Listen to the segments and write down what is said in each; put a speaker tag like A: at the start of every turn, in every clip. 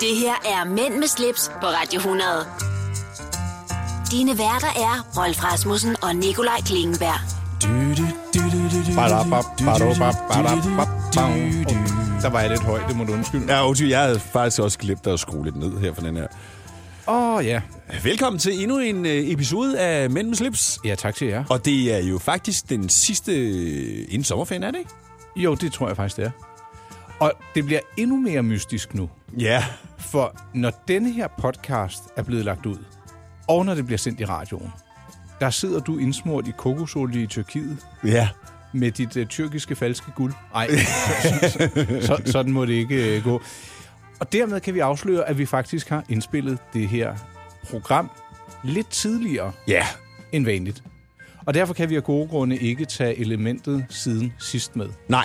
A: Det her er Mænd med slips på Radio 100. Dine værter er Rolf Rasmussen og Nikolaj Klingenberg.
B: Badabab, badabab, badabab, bang. Der var jeg lidt høj, det må du undskylde.
C: Ja, undskyld, jeg havde faktisk også glemt at skrue lidt ned her for den her.
B: Åh, oh, ja.
C: Velkommen til endnu en øh, episode af Mænd med slips.
B: Ja, tak til jer.
C: Og det er jo faktisk den sidste øh, inden sommerferien, er det ikke?
B: Jo, det tror jeg faktisk, det er. Og det bliver endnu mere mystisk nu.
C: Ja.
B: For når denne her podcast er blevet lagt ud, og når det bliver sendt i radioen, der sidder du indsmurt i kokosolie i Tyrkiet
C: Ja.
B: med dit uh, tyrkiske falske guld. Nej, så, sådan må det ikke uh, gå. Og dermed kan vi afsløre, at vi faktisk har indspillet det her program lidt tidligere
C: Ja.
B: end vanligt. Og derfor kan vi af gode grunde ikke tage elementet siden sidst med.
C: Nej.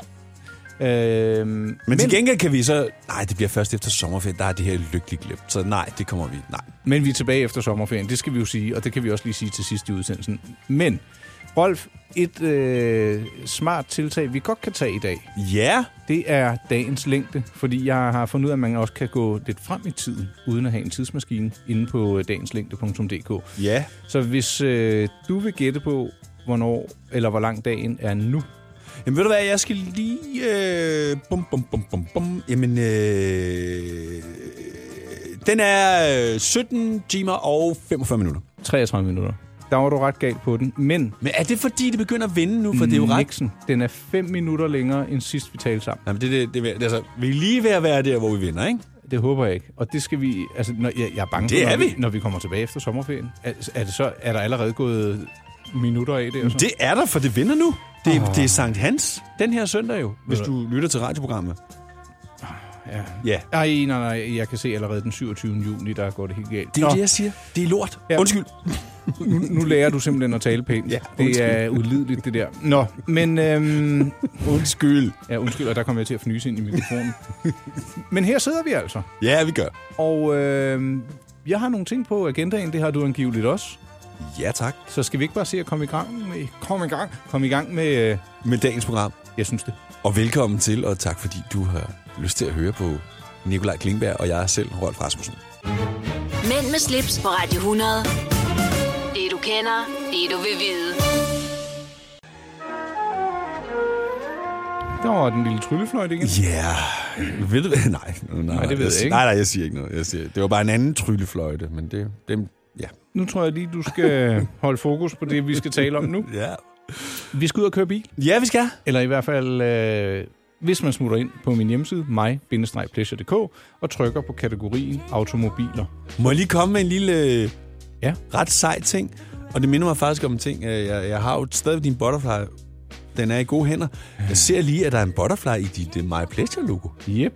B: Øhm, men,
C: Men, til gengæld kan vi så... Nej, det bliver først efter sommerferien, der er det her lykkeligt glemt. Så nej, det kommer vi... Nej.
B: men vi er tilbage efter sommerferien, det skal vi jo sige, og det kan vi også lige sige til sidst i udsendelsen. Men, Rolf, et øh, smart tiltag, vi godt kan tage i dag,
C: Ja.
B: det er dagens længde, fordi jeg har fundet ud af, at man også kan gå lidt frem i tiden, uden at have en tidsmaskine, inde på øh, dagenslængde.dk.
C: Ja.
B: Så hvis øh, du vil gætte på, hvornår eller hvor lang dagen er nu,
C: Jamen ved du hvad, jeg skal lige... Øh, bum, bum, bum, bum, bum. Jamen, øh, den er øh, 17 timer og 45 minutter.
B: 33 minutter. Der var du ret galt på den, men
C: Men er det fordi, det begynder at vinde nu? For det er jo ret...
B: Nixon, den er 5 minutter længere end sidst vi talte sammen.
C: Jamen, det, det, det, det, altså, vi er lige ved at være der, hvor vi vinder, ikke?
B: Det håber jeg ikke. Og det skal vi altså når, jeg, jeg er bange
C: Det
B: for, når
C: er vi.
B: når vi kommer tilbage efter sommerferien. Er, er det så er der allerede gået minutter af det og sådan?
C: Det er der, for det vinder nu. Det, oh. det er Sankt Hans den her søndag jo, hvis du lytter til radioprogrammet.
B: Ja.
C: Ja.
B: Ej, nej, nej, jeg kan se allerede den 27. juni, der går det helt galt.
C: Det er jo
B: Nå,
C: det, jeg siger. Det er lort.
B: Ja.
C: Ja. Undskyld.
B: nu, nu lærer du simpelthen at tale pænt.
C: Ja,
B: det
C: undskyld.
B: er ulideligt, det der. Nå, men... Øhm,
C: Undskyld.
B: ja, undskyld, og der kom jeg til at fnyse ind i mikrofonen. men her sidder vi altså.
C: Ja, vi gør.
B: Og øh, jeg har nogle ting på agendaen, det har du angiveligt også.
C: Ja, tak.
B: Så skal vi ikke bare se at komme i gang med... Kom i gang. Kom i gang med... Øh,
C: Med dagens program.
B: jeg synes det.
C: Og velkommen til, og tak fordi du har lyst til at høre på Nikolaj Klingberg og jeg selv, Rolf Rasmussen.
A: Mænd med slips på Radio 100. Det du kender, det du vil vide.
B: Der var den lille tryllefløjt igen.
C: Ja, yeah. ved du hvad? Nej, nej, nej,
B: det ved jeg
C: siger-
B: ikke.
C: Nej, nej, jeg siger ikke noget. Jeg siger, det var bare en anden tryllefløjte, men det... det ja.
B: Nu tror jeg lige, du skal holde fokus på det, vi skal tale om nu.
C: ja.
B: Vi skal ud og køre bil.
C: Ja, vi skal.
B: Eller i hvert fald, øh, hvis man smutter ind på min hjemmeside, mig-pleasure.dk, og trykker på kategorien automobiler.
C: Må jeg lige komme med en lille øh,
B: Ja.
C: ret sej ting? Og det minder mig faktisk om en ting. øh, Jeg, jeg har jo stadig din butterfly. Den er i gode hænder. Jeg ser lige, at der er en butterfly i dit uh, My Pleasure-logo.
B: Yep.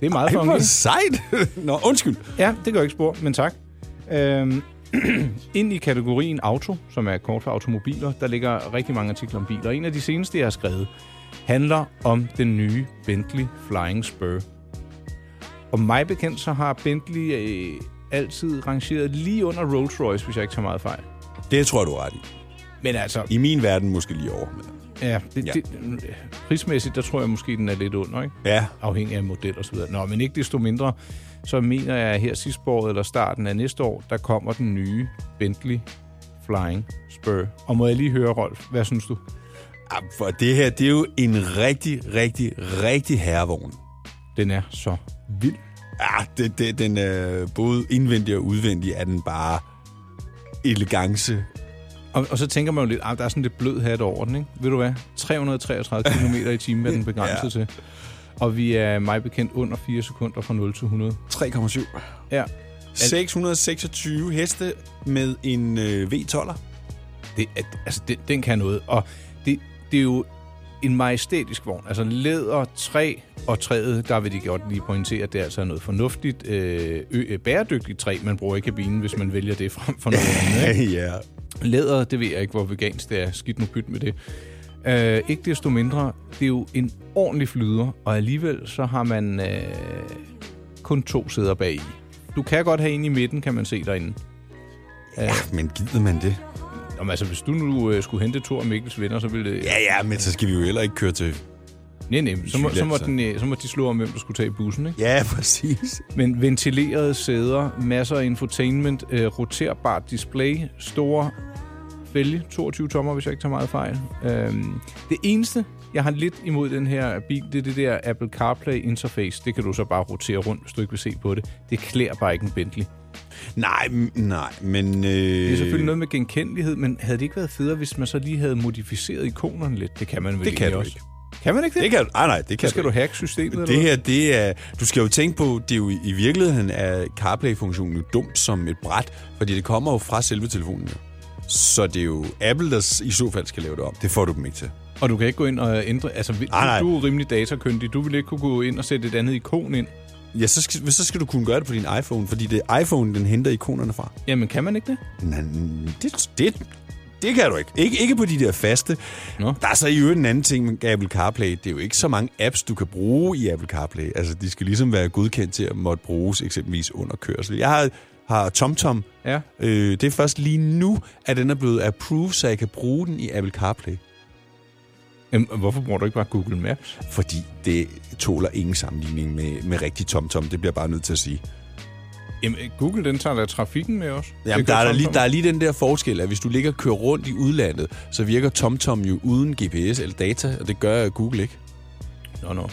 B: Det er meget
C: Ej,
B: funky.
C: hvor sejt! Nå, undskyld.
B: Ja, det gør ikke spor, men tak. Øhm, ind i kategorien auto, som er kort for automobiler, der ligger rigtig mange artikler om biler. En af de seneste, jeg har skrevet, handler om den nye Bentley Flying Spur. Og mig bekendt, så har Bentley øh, altid rangeret lige under Rolls Royce, hvis jeg ikke tager meget fejl.
C: Det tror jeg, du er ret i.
B: Men altså,
C: I min verden måske lige over. Men...
B: ja, det,
C: Ja.
B: ja. Det, øh, prismæssigt, der tror jeg måske, den er lidt under, ikke?
C: Ja.
B: afhængig af model osv. Nå, men ikke desto mindre, så mener jeg, at her sidst på året eller starten af næste år, der kommer den nye Bentley Flying Spur. Og må jeg lige høre, Rolf, hvad synes du?
C: Ah, For det her, det er jo en rigtig, rigtig, rigtig herrevogn.
B: Den er så vild.
C: Ah, det, det, den øh, både indvendig og udvendig er den bare elegance.
B: Og, og så tænker man jo lidt, at der er sådan lidt blød hat over den, ikke? Ved du hvad? 333 km i timen er den begrænset ja. til. Og vi er mig bekendt under 4 sekunder fra 0 til 100.
C: 3,7.
B: Ja,
C: 626 heste med en øh, V12'er.
B: det er, altså, den, den kan noget. Og det, det er jo en majestætisk vogn. Altså læder, træ og træet, der vil de godt lige pointere, at det altså er noget fornuftigt, øh, ø- øh, bæredygtigt træ, man bruger i kabinen, hvis man vælger det frem for noget andet. Ikke?
C: ja.
B: Læder, det ved jeg ikke, hvor vegansk det er. Skidt nu pyt med det. Øh, ikke desto mindre, det er jo en ordentlig flyder, og alligevel så har man øh, kun to sæder bag i. Du kan godt have en i midten, kan man se derinde.
C: ja. Men gider man det?
B: Om, altså, hvis du nu øh, skulle hente to af Mikkels venner, så ville det...
C: Ja, ja, men så skal vi jo heller ikke køre til
B: Nej, nej, så må, så, må
C: Jylland, så.
B: den, øh, så må de slå om, hvem der skulle tage bussen, ikke?
C: Ja, præcis.
B: Men ventilerede sæder, masser af infotainment, øh, roterbart display, store fælge, 22 tommer, hvis jeg ikke tager meget fejl. Øhm, det eneste, jeg har lidt imod den her bil, det er det der Apple CarPlay interface. Det kan du så bare rotere rundt, hvis du ikke vil se på det. Det klæder bare ikke en Bentley.
C: Nej, m- nej, men... Øh,
B: Det er selvfølgelig noget med genkendelighed, men havde det ikke været federe, hvis man så lige havde modificeret ikonerne lidt? Det kan man vel
C: Det kan
B: egentlig
C: du
B: også.
C: ikke.
B: Kan man ikke det?
C: Det kan du... Ej, nej, det kan
B: Så skal du hacke systemet? eller
C: Det
B: hvad?
C: her, det er... Du skal jo tænke på, det er jo i- i virkeligheden er CarPlay-funktionen jo dumt som et bræt, fordi det kommer jo fra selve telefonen jo. Så det er jo Apple, der s- i så fald skal lave det om. Det får du dem ikke til.
B: Og du kan ikke gå ind og ændre... Altså, vi-
C: Nej, nej.
B: du er jo rimelig datakyndig. Du vil ikke kunne gå ind og sætte et andet ikon ind.
C: Ja, så skal, så skal du kunne gøre det på din iPhone, fordi det er iPhone, den henter ikonerne fra.
B: Jamen, kan man ikke det?
C: Nej, det, det, det kan du ikke. ikke. Ikke på de der faste.
B: Nå.
C: Der er så i øvrigt en anden ting med Apple CarPlay. Det er jo ikke så mange apps, du kan bruge i Apple CarPlay. Altså, de skal ligesom være godkendt til at måtte bruges eksempelvis under kørsel. Jeg har, har TomTom.
B: Ja.
C: Øh, det er først lige nu, at den er blevet approved, så jeg kan bruge den i Apple CarPlay.
B: Jamen, hvorfor bruger du ikke bare Google Maps?
C: Fordi det tåler ingen sammenligning med, med rigtig TomTom. Det bliver jeg bare nødt til at sige.
B: Jamen, Google, den tager da trafikken med os.
C: Jamen,
B: Det
C: der
B: gør
C: er, der,
B: TomTom.
C: lige, der er lige den der forskel, at hvis du ligger og kører rundt i udlandet, så virker TomTom jo uden GPS eller data, og det gør Google ikke.
B: Nå, nå.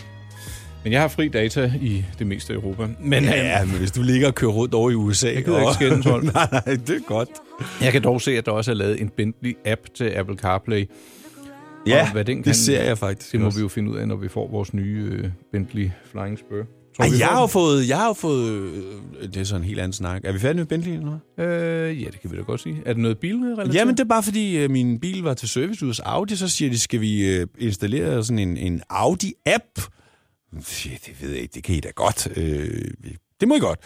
B: Men jeg har fri data i det meste af Europa. Men øh, ja.
C: Ja, men hvis du ligger og kører rundt over i USA... Jeg
B: gider ikke skændes, Holm.
C: Nej, nej, det er godt.
B: jeg kan dog se, at der også er lavet en Bentley-app til Apple CarPlay. Og hvad den kan-
C: det ser jeg faktisk
B: Det må
C: også.
B: vi jo finde ud af, når vi får vores nye øh, Bentley Flying Spur. Tror,
C: Ej,
B: vi
C: jeg
B: får
C: har jo fået... Jeg har jo fået øh, det er sådan en helt anden snak. Er vi færdige med Bentley eller noget?
B: den? øh, ja, det kan vi da godt sige. Er det noget bilrelateret?
C: Jamen, det er bare fordi, øh, min bil var til service hos Audi, så siger de, skal vi øh, installere sådan en, en Audi-app? Ja, det ved jeg ikke, det kan I da godt. Øh, det må I godt.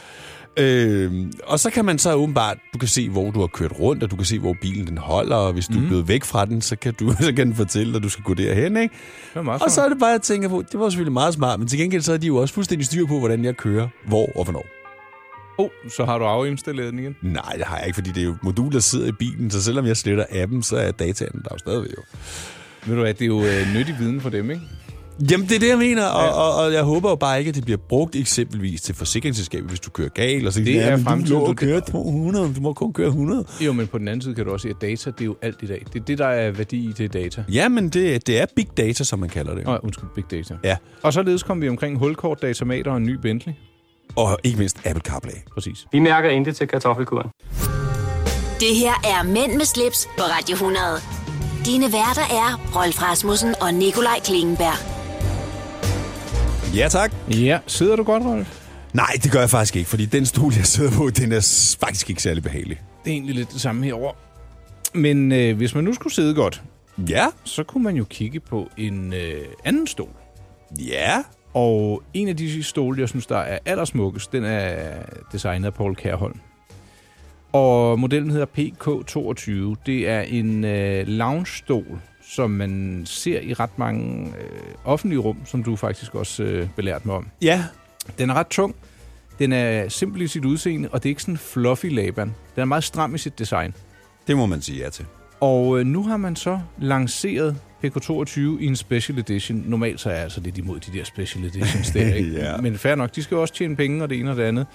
C: Øh, og så kan man så åbenbart, du kan se, hvor du har kørt rundt, og du kan se, hvor bilen den holder, og hvis du mm. er blevet væk fra den, så kan, du, så kan den fortælle dig, at du skal gå derhen, ikke?
B: Det er meget
C: Og så
B: smart.
C: er det bare, jeg tænker på, det var selvfølgelig meget smart, men til gengæld så er de jo også fuldstændig styr på, hvordan jeg kører, hvor og hvornår.
B: Oh, så har du afinstalleret den igen.
C: Nej, det har jeg ikke, fordi det er jo modul, der sidder i bilen, så selvom jeg sletter appen, så er dataen der jo stadigvæk jo.
B: Ved du hvad, det er jo øh, nyttig viden for dem, ikke?
C: Jamen, det er det, jeg mener, og, og, og jeg håber jo bare ikke, at det bliver brugt eksempelvis til forsikringsselskabet, hvis du kører galt, og så
B: Det
C: ja,
B: er
C: men
B: fremtiden,
C: Du må
B: du-
C: jo køre 200, du må kun køre 100.
B: Jo, men på den anden side kan du også se, at data, det er jo alt i dag. Det er det, der er værdi i, det er data.
C: Jamen, det, det er big data, som man kalder det.
B: Nå, undskyld, big data.
C: Ja,
B: Og således kom vi omkring hulkort, datamater og en ny Bentley.
C: og ikke mindst Apple CarPlay.
B: Præcis.
D: Vi mærker intet til kartoffelkuren.
A: Det her er Mænd med slips på Radio 100. Dine værter er Rolf Rasmussen og Nikolaj Klingenberg.
C: Ja, tak.
B: Ja, sidder du godt, Rolf?
C: Nej, det gør jeg faktisk ikke, fordi den stol, jeg sidder på, den er s- faktisk ikke særlig behagelig.
B: Det er egentlig lidt det samme herover. Men øh, hvis man nu skulle sidde godt,
C: Ja?
B: så kunne man jo kigge på en øh, anden stol.
C: Ja?
B: Og en af de stole, jeg synes, der er allersmukkest, den er designet af Paul Kærholm. Og modellen hedder PK22. Det er en øh, lounge-stol, som man ser i ret mange øh, offentlige rum, som du faktisk også øh, belært mig om.
C: Ja.
B: Den er ret tung. Den er simpel i sit udseende, og det er ikke sådan en fluffy laban. Den er meget stram i sit design.
C: Det må man sige ja til.
B: Og øh, nu har man så lanceret PK22 i en special edition. Normalt så er jeg altså lidt imod de der special editions der, ikke?
C: Ja.
B: Men fair nok, de skal jo også tjene penge og det ene og det andet.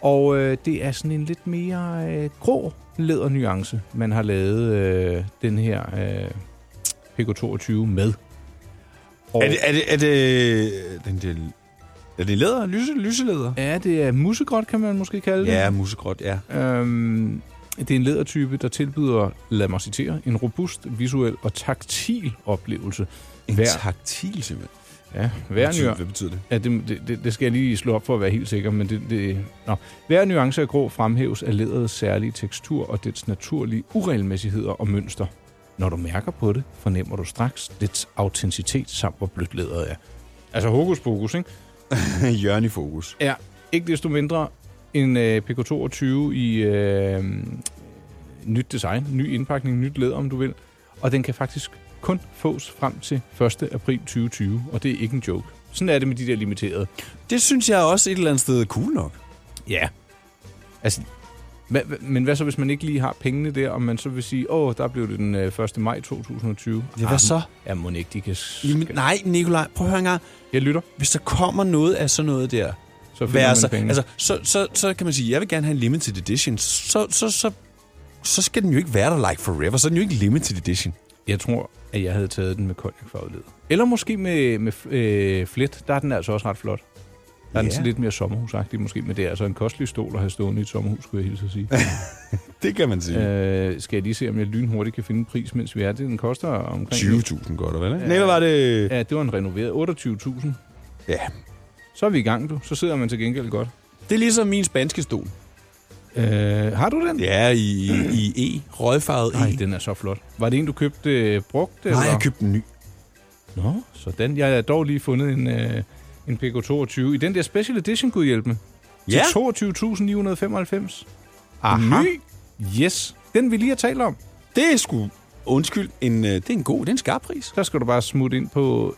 B: Og øh, det er sådan en lidt mere øh, grå lædernuance, man har lavet øh, den her øh, PK22 med. Og,
C: Er det, er det, er det, den der, er det læder? Lyse, lyseleder?
B: Ja, det er musegråt, kan man måske kalde det.
C: Ja, musegrot, ja.
B: Øhm, det er en lædertype, der tilbyder, lad mig citere, en robust, visuel og taktil oplevelse.
C: En
B: Hver-
C: taktil, simpelthen.
B: Ja, hver
C: Betyder-
B: nuance,
C: Hvad betyder det?
B: ja, det, det- det, det skal jeg lige slå op for at være helt sikker, men det, det, nå. hver nuance af grå fremhæves af læderets særlige tekstur og dets naturlige uregelmæssigheder og mønster. Når du mærker på det, fornemmer du straks dets autenticitet samt hvor blødt læderet er. Altså hokus pokus, ikke?
C: Jørgen i fokus.
B: er ikke desto mindre en øh, PK22 i øh, nyt design, ny indpakning, nyt læder, om du vil. Og den kan faktisk kun fås frem til 1. april 2020, og det er ikke en joke. Sådan er det med de der limiterede.
C: Det synes jeg også et eller andet sted er cool nok.
B: Ja. Altså, Hva, hva- men hvad så, hvis man ikke lige har pengene der, og man så vil sige, åh, der blev det den øh, 1. maj 2020.
C: Ja, hvad
B: Ah,
C: så?
B: Ja, må ikke, de kan... s-
C: Jamen, nej, Nikolaj, prøv at høre en gang.
B: Jeg lytter,
C: Hvis der kommer noget af sådan noget der,
B: så finder
C: være
B: man
C: så,
B: pengene.
C: altså, så, så, så kan man sige, jeg vil gerne have en limited edition. Så, så, så, så skal den jo ikke være der like forever. Så er den jo ikke limited edition.
B: Jeg tror, at jeg havde taget den med konjakfarveled. Eller måske med, med øh, flet. Der er den altså også ret flot. Der er yeah. den
C: Ja.
B: sådan lidt mere sommerhusagtig måske, men det er altså en kostelig stol at have stående i et sommerhus, skulle jeg hilse at sige.
C: Det kan man sige.
B: øh, skal jeg lige se, om jeg lynhurtigt kan finde en pris, mens vi er det. Den koster omkring...
C: 20.000 godt, eller hvad? Nej, hvad var det?
B: Ja, det var en renoveret. 28.000.
C: Ja.
B: Så er vi i gang, du. Så sidder man til gengæld godt.
C: Det er ligesom min spanske stol.
B: Øh, har du den?
C: Ja, i, i E. Rødfarvet E.
B: Nej, den er så flot. Var det en, du købte øh, brugt?
C: Nej, jeg købte en ny.
B: Nå, sådan. Jeg har dog lige fundet en, øh, en PK22 i den der special edition, gud hjælp med. Til
C: Ja.
B: 22.995. Aha.
C: Ny?
B: Yes. Den vi lige har talt om.
C: Det er sgu... Undskyld, en, øh, det er en god, det er en skarp pris.
B: Der skal du bare smutte ind på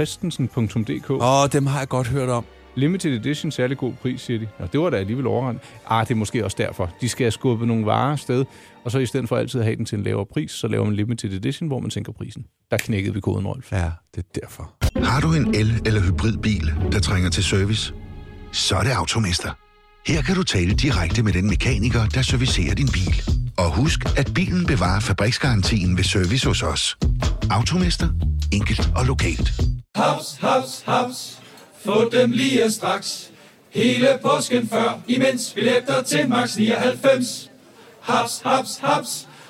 B: ingvartchristensen.dk. Oh.
C: Åh, dem har jeg godt hørt om.
B: Limited edition, særlig god pris, siger de. Nå, det var da alligevel overrendt. Ah, det er måske også derfor. De skal have skubbet nogle varer afsted, og så i stedet for altid at have den til en lavere pris, så laver man limited edition, hvor man sænker prisen. Der knækkede vi koden, Rolf.
C: Ja, det er derfor.
D: Har du en el- eller hybridbil, der trænger til service? Så er det Automester. Her kan du tale direkte med den mekaniker, der servicerer din bil. Og husk, at bilen bevarer fabriksgarantien ved service hos os. Automester. Enkelt og lokalt.
E: Haps, haps, haps. Få dem lige straks. Hele påsken før, imens billetter til max 99. Haps, haps, haps.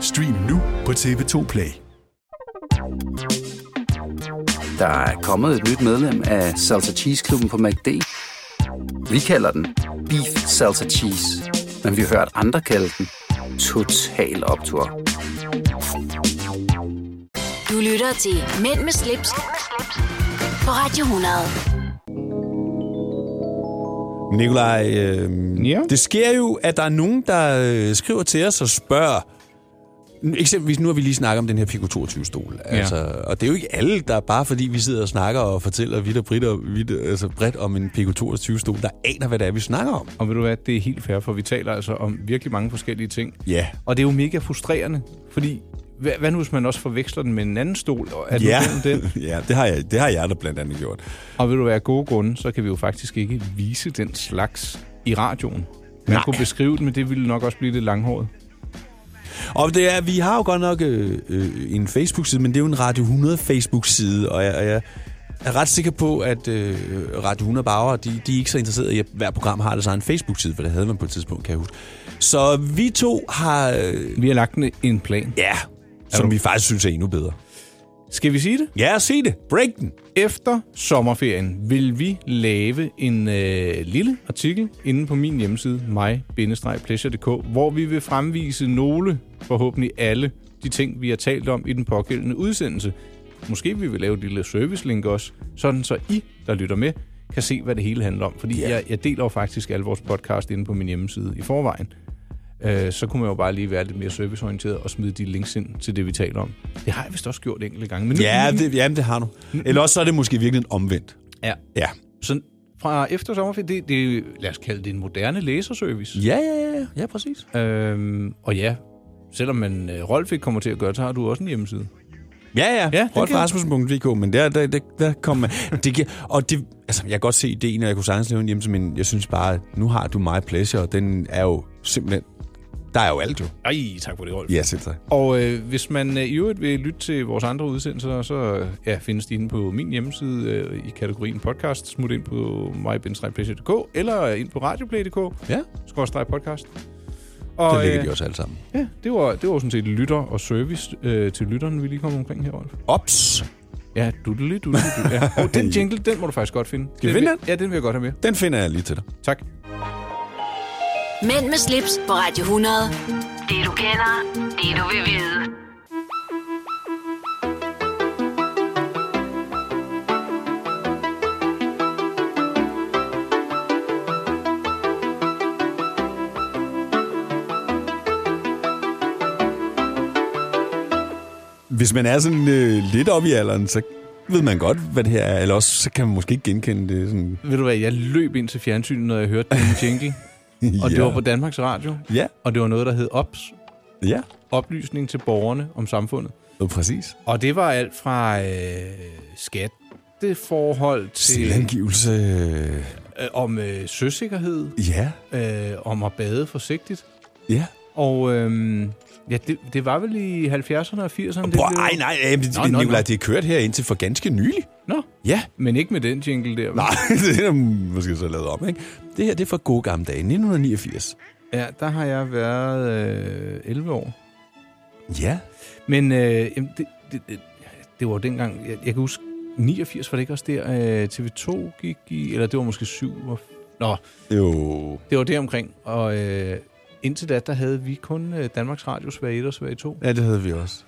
F: Stream nu på TV2 Play.
G: Der er kommet et nyt medlem af Salsa Cheese Klubben på MACD. Vi kalder den Beef Salsa Cheese. Men vi har hørt andre kalde den Total Optor.
A: Du lytter til Mænd med slips, på Radio 100.
C: Nikolaj, øh,
B: Ja.
C: ja. det sker jo, at der er nogen, der øh, skriver til os og spørger. N- Eksempelvis nu har vi lige snakket om den her Pico 22-stol. Altså, Og det er jo ikke alle, der bare fordi vi sidder og snakker og fortæller vidt og bredt, og vidt, altså bredt om en Pico 22-stol, der aner, hvad det er, vi snakker om.
B: Og ved du hvad, det er helt fair, for vi taler altså om virkelig mange forskellige ting.
C: Ja.
B: Og det er jo mega frustrerende, fordi hvad, hvad nu hvis man også forveksler den med en anden stol? Og er du
C: Ja,
B: gennem den?
C: ja det, har jeg, det har jeg da blandt andet gjort.
B: Og vil du være gode grunde, så kan vi jo faktisk ikke vise den slags i radioen. Man
C: Nej.
B: kunne beskrive den, men det ville nok også blive lidt langhåret.
C: Og det er, vi har jo godt nok øh, øh, en Facebook-side, men det er jo en Radio 100 Facebook-side, og jeg, og jeg er ret sikker på, at øh, Radio 100 Bauer, de, de er ikke så interesserede i, at hver program har deres egen Facebook-side, for det havde man på et tidspunkt, kan jeg huske. Så vi to har, øh,
B: Vi har lagt en, en plan.
C: ja, som vi faktisk synes er endnu bedre.
B: Skal vi sige det?
C: Ja, se det. Break den.
B: Efter sommerferien vil vi lave en øh, lille artikel inde på min hjemmeside, mig-pleasure.dk, hvor vi vil fremvise nogle, forhåbentlig alle, de ting, vi har talt om i den pågældende udsendelse. Måske vi vil lave et lille servicelink også, sådan så I, der lytter med, kan se, hvad det hele handler om. Fordi yeah. jeg, jeg deler jo faktisk alle vores podcast inde på min hjemmeside i forvejen. Øh, så kunne man jo bare lige være lidt mere serviceorienteret og smide de links ind til det, vi taler om. Det har jeg vist også gjort enkelte gange. Men nu,
C: Ja,
B: nu-
C: det, jamen, det har du. Eller også så er det måske virkelig en omvendt.
B: Ja.
C: Ja.
B: Så fra efter sommerferien, det, det er jo- lad os kalde det en moderne læserservice.
C: Ja, ja, ja. Ja, præcis.
B: Øhm, og ja, selvom man øh, Rolf ikke kommer til at gøre det, så har du også en hjemmeside.
C: Ja, ja. ja
B: det kan-
C: Rolfrasmussen.dk, men der, der, der, der kom man. Det giver, og det, altså, jeg kan godt se ideen, og jeg kunne sagtens lave en hjemmeside, men jeg synes bare, at nu har du My Pleasure, og den er jo simpelthen... Der er jo alt jo.
B: Ej, tak for det, Rolf.
C: Ja, selv tak.
B: Og øh, hvis man øh, i øvrigt vil lytte til vores andre udsendelser, så øh, ja, findes de inde på min hjemmeside øh, i kategorien podcast. Smut ind på mybindstrejpleasure.dk eller ind på radioplay.dk,
C: Ja,
B: skorstræk podcast.
C: og,
B: Og
C: der ligger
B: øh,
C: de også alle sammen.
B: ja, det var, det var jo sådan set lytter og service øh, til lytteren, vi lige kom omkring her, Rolf.
C: Ops!
B: Ja, dudelig, dudelig, dudelig. Ja. Oh, den jingle, den må du faktisk godt finde. Skal
C: vi finde
B: den? vil- Ja, den vil jeg godt have med.
C: Den finder jeg lige til dig.
B: Tak.
A: Mænd med slips på Radio 100. Det du kender, det du vil vide.
C: Hvis man er sådan øh, lidt op i alderen, så ved man godt, hvad det her er. Eller også så kan man måske ikke genkende det. Sådan.
B: Ved du hvad, jeg løb ind til fjernsynet, når jeg hørte den jingle. Og det
C: Ja.
B: var på Danmarks Radio.
C: Ja.
B: Og det var noget, der hed OPS.
C: Ja.
B: Oplysning til borgerne om samfundet.
C: Jo, præcis.
B: Og det var alt fra øh, skatteforhold til...
C: Selvangivelse. øh,
B: Øh, om øh, søsikkerhed.
C: Ja.
B: Øh, om at bade forsigtigt.
C: Ja.
B: Og øhm, ja, det, det var vel i 70'erne og 80'erne? det
C: Prøv,
B: blev-
C: ej, nej, øh, det,
B: Nå, nå,
C: Nicolaj,
B: nå.
C: det er kørt her indtil for ganske nylig.
B: Nå.
C: Ja.
B: Men ikke med den jingle der. vel?
C: Nej, det er måske så lavet om, ikke? Det her, det er fra gode gamle dage, 1989.
B: Ja, der har jeg været øh, 11 år.
C: Ja.
B: Men øh, jamen, det, det, det, det var jo dengang, jeg, jeg kan huske, 89 var det ikke også der, øh, TV2 gik i, eller det var måske 7. Og, nå,
C: Jo.
B: det var der omkring. Og øh, indtil da, der havde vi kun øh, Danmarks Radio, Sverige 1 og Sverige 2.
C: Ja, det havde vi også.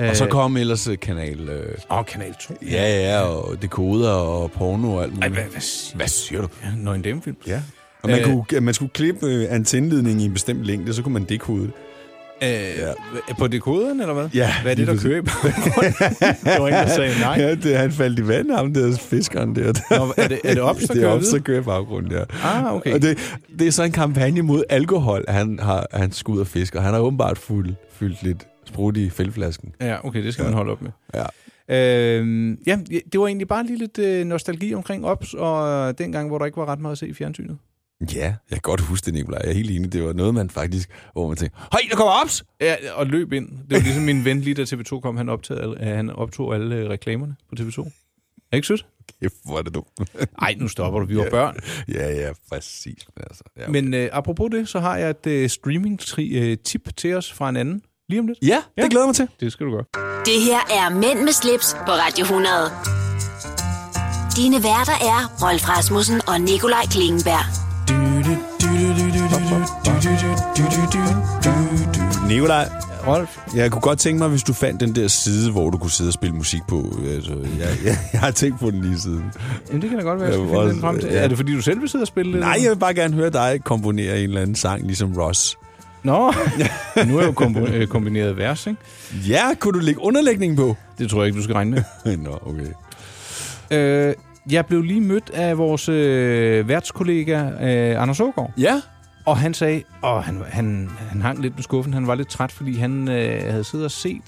B: Øh,
C: Og så kom ellers øh, kanal... Øh,
B: Og Kanal 2.
C: ja, ja, og dekoder og porno og alt muligt.
B: Ej, hvad, hvad, siger-
C: Hvad siger du?
B: Ja, Nøgen Dame-film.
C: Ja. Og man,
B: Øh,
C: kunne, man skulle klippe øh, antenledningen i en bestemt længde, så kunne man dekode det.
B: Øh, ja. På dekoderen, eller hvad?
C: Ja,
B: Hvad er det,
C: lige
B: der kører i baggrunden? Det var ingen, der sagde nej.
C: Ja, det, han faldt i vand, ham der fiskeren der.
B: Nå, er det- er det Ops, der
C: det er
B: kører
C: Ops, der
B: videre?
C: kører i baggrunden, ja.
B: Ah, okay.
C: Og det, det er så en kampagne mod alkohol, han har han skal ud og fiske, og han har åbenbart fuld, fyldt lidt sprut i fældflasken.
B: Ja, okay, det skal ja. man holde op med.
C: Ja.
B: Øhm, ja, det var egentlig bare lige lidt øh, nostalgi omkring OPS, og øh, dengang, hvor der ikke var ret meget at se i fjernsynet.
C: Ja, jeg kan godt huske det, Nicolaj. Jeg er helt enig. Det var noget, man faktisk... Hvor man tænkte, høj, der kommer ops!
B: Ja, og løb ind. Det var ligesom min ven lige, da TV2 kom, han, optagede, alle- øh, han optog alle øh, reklamerne på TV2. Er ikke sødt?
C: Kæft, hvor er det dumt.
B: Ej, nu stopper du. Vi var
C: Ja.
B: børn.
C: ja, ja, præcis. Men, altså, ja, okay.
B: Men øh, apropos det, så har jeg et øh, streaming-tip til os fra en anden lige om lidt.
C: ja, det glæder jeg mig til.
B: Det skal du gøre.
A: Det her er Mænd med slips på Radio 100. Dine værter er Rolf Rasmussen og Nikolaj Klingenberg.
C: Nikolaj,
B: Rolf,
C: jeg kunne godt tænke mig, hvis du fandt den der side, hvor du kunne sidde og spille musik på. Altså, jeg, jeg, jeg har tænkt på den lige siden.
B: jamen, det kan da godt være, at jeg skal
C: Ja,
B: finde den
C: Rolf, øh,
B: frem til.
C: ja.
B: Er det, fordi du selv vil sidde og spille øh? det?
C: Nej, jeg vil bare gerne høre dig komponere en eller anden sang, ligesom Ross.
B: Nå, nu er jeg jo kombo- øh, kombineret vers, ikke?
C: Ja, kunne du lægge underlægning på?
B: Det tror jeg ikke, du skal regne med.
C: Nå, okay.
B: Øh, jeg blev lige mødt af vores øh, værtskollega øh, Anders Ågaard,
C: Ja,
B: og han sagde, og han, han, han hang lidt med skuffen, han var lidt træt, fordi han øh, havde siddet og set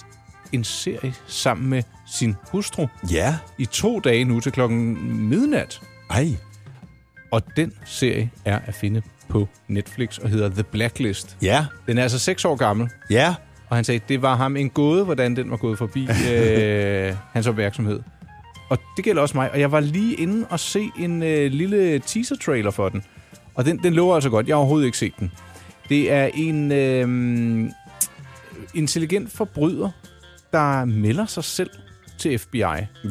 B: en serie sammen med sin hustru
C: ja.
B: i to dage nu til klokken midnat.
C: Ej,
B: Og den serie er at finde på Netflix og hedder The Blacklist.
C: ja,
B: Den er altså seks år gammel,
C: ja.
B: og han sagde, det var ham en gåde, hvordan den var gået forbi øh, hans opmærksomhed. Og det gælder også mig, og jeg var lige inde og se en øh, lille teaser-trailer for den. Og den, den lover altså godt, jeg har overhovedet ikke set den. Det er en øh, intelligent forbryder, der melder sig selv til FBI,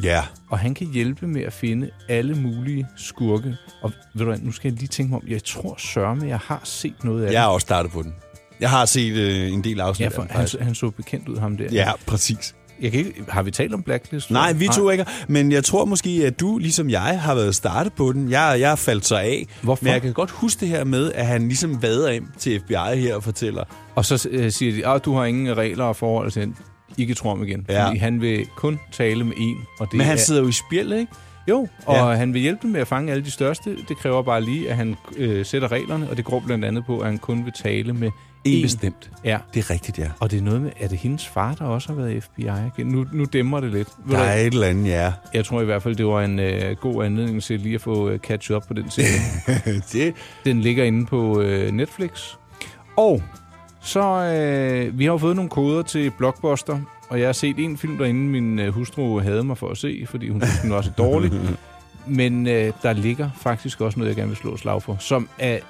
C: Ja,
B: og han kan hjælpe med at finde alle mulige skurke. Og ved du hvad, nu skal jeg lige tænke mig om, jeg tror sørme, jeg har set noget af
C: jeg har
B: det.
C: også startet på den. Jeg har set øh, en del afsnit.
B: Ja,
C: af den,
B: for han,
C: faktisk.
B: han så bekendt ud, ham der.
C: ja, præcis.
B: Jeg kan ikke, har vi talt om Blacklist?
C: Nej, vi to
B: Nej.
C: ikke. Men jeg tror måske, at du, ligesom jeg, har været startet på den. Jeg, jeg er faldt så af.
B: Hvorfor?
C: Men jeg kan godt huske det her med, at han ligesom vader ind til FBI her og fortæller.
B: Og så øh, siger de, at du har ingen regler og forhold til den. I kan tro om igen.
C: Ja.
B: Ja. Fordi han vil kun tale med en. Og det
C: Men han
B: er,
C: sidder jo i spjæld, ikke?
B: Jo, og
C: Ja.
B: ja. han vil hjælpe dem med at fange alle de største. Det kræver bare lige, at han øh, sætter reglerne, og det går blandt andet på, at han kun vil tale med
C: En
B: en.
C: bestemt.
B: Ja.
C: Det er rigtigt, ja.
B: Og det er noget med, er det hendes far, der også har været i FBI igen? Nu, nu dæmmer det lidt. Ved
C: Der
B: du
C: er
B: hvad?
C: et eller andet, ja.
B: Jeg tror i hvert fald, det var en øh, god anledning til lige at få øh, catch up på den serie.
C: det,
B: Den ligger inde på øh, Netflix. Og så, øh, vi har jo fået nogle koder til Blockbuster, og jeg har set en film derinde, min øh, hustru havde mig for at se, fordi hun synes, den var så dårlig. Men øh, der ligger faktisk også noget, jeg gerne vil slå et slag for, som er, jeg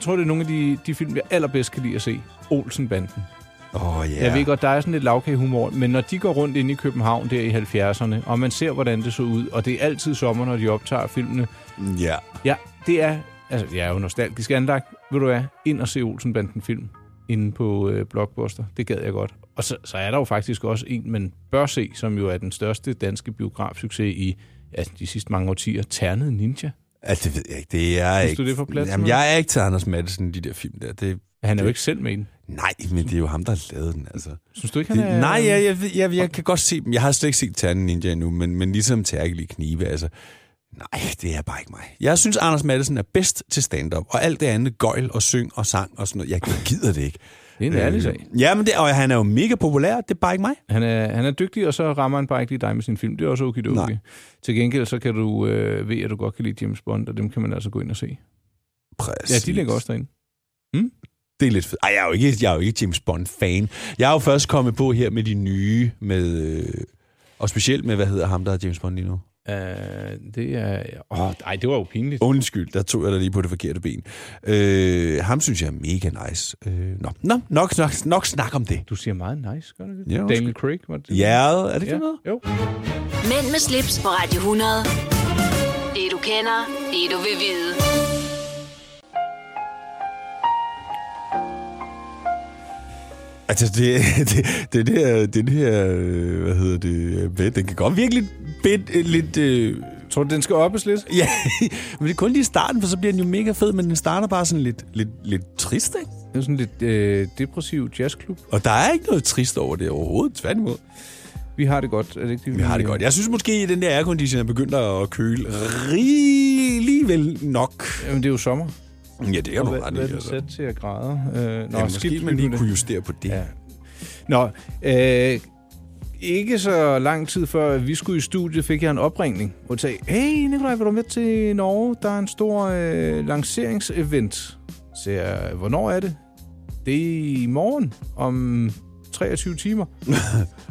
B: tror, det er nogle af de, de film, jeg allerbedst kan lide at se. Olsenbanden.
C: Åh, oh,
B: Ja. Jeg ved godt, der er sådan lidt lavkagehumor, men når de går rundt inde i København der i 70'erne, og man ser, hvordan det så ud, og det er altid sommer, når de optager filmene,
C: Ja.
B: Ja, det er... Altså, jeg er jo nostalgisk anlagt. Ved du hvad? Ind og se Olsenbanden-film. inde på øh, Blockbuster. Det gad jeg godt. Og så, så er der jo faktisk også en, man bør se, som jo er den største danske biografsucces i altså, de sidste mange årtier, Ternet Ninja.
C: Altså, det ved jeg ikke. Det er
B: Synes
C: ikke,
B: du, det er for plat,
C: Jamen,
B: Simon?
C: jeg er ikke til Anders Madsen i de der film der. Det,
B: Han er jo
C: det-
B: ikke selv med i den.
C: Nej, men det er jo ham, der har lavet den, altså.
B: Synes du ikke, han
C: Det,
B: er...
C: nej, jeg, jeg, ved- jeg, jeg kan godt se dem. Jeg har slet ikke set Ternen Ninja endnu, men, men ligesom Terkel i Knibe, altså. Nej, det er bare ikke mig. Jeg synes, Anders Madsen er bedst til stand-up, og alt det andet gøjl og syng og sang og sådan noget. Jeg gider det ikke. Øh,
B: Det er en ærlig sag.
C: Ja, men det, og han er jo mega populær. Det er bare ikke mig.
B: Han er, han er dygtig, og så rammer han bare ikke lige dig med sin film. Det er også okay, det er okay. Til gengæld så kan du øh, ved, at du godt kan lide James Bond, og dem kan man altså gå ind og se.
C: Præcis.
B: Ja, de ligger også derinde.
C: Det er lidt fedt. Ej, jeg er jo ikke, jeg er jo ikke James Bond-fan. Jeg er jo først kommet på her med de nye, med, øh, og specielt med, hvad hedder ham, der er James Bond lige nu?
B: Uh, det er... Åh, nej, det var jo
C: Oh.
B: pinligt.
C: Undskyld, der tog jeg dig lige på det forkerte ben. Øh, ham synes jeg er mega nice. Øh, nå, nå nok, nok, nok snak om det.
B: Du siger meget nice, gør du det?
C: Ja,
B: Daniel Craig, var det det?
C: Ja, er det ikke
B: Ja.
C: noget?
B: Jo.
A: Mænd med slips på Radio 100. Det du kender, det du vil vide.
C: Altså, det, det, det, det her, den her, øh, hvad hedder det, bed, den kan godt virkelig bed, øh, lidt... Øh,
B: Tror du, den skal oppes lidt?
C: ja, men det er kun lige starten, for så bliver den jo mega fed, men den starter bare sådan lidt, lidt, lidt trist, ikke?
B: Det er sådan lidt øh, depressiv jazzklub.
C: Og der er ikke noget trist over det overhovedet, tværtimod.
B: Vi har det godt, er det ikke det? Øh,
C: Vi har det godt. Jeg synes måske, at den der aircondition er begyndt at køle rigeligvel nok.
B: Jamen, det er jo sommer.
C: Ja, det er du
B: Hvad,
C: ret i.
B: hvad er den
C: Altså.
B: sat til at græde? Øh, nå,
C: Ja,
B: skidt
C: måske man
B: pyt
C: lige
B: med det.
C: kunne justere på det.
B: Ja. Nå, øh, ikke så lang tid før vi skulle i studiet, fik jeg en opringning og sagde, hey Nikolaj, vil du med til Norge? Der er en stor øh, lanceringsevent. Så siger jeg, hvornår er det? Det er i morgen om 23 timer.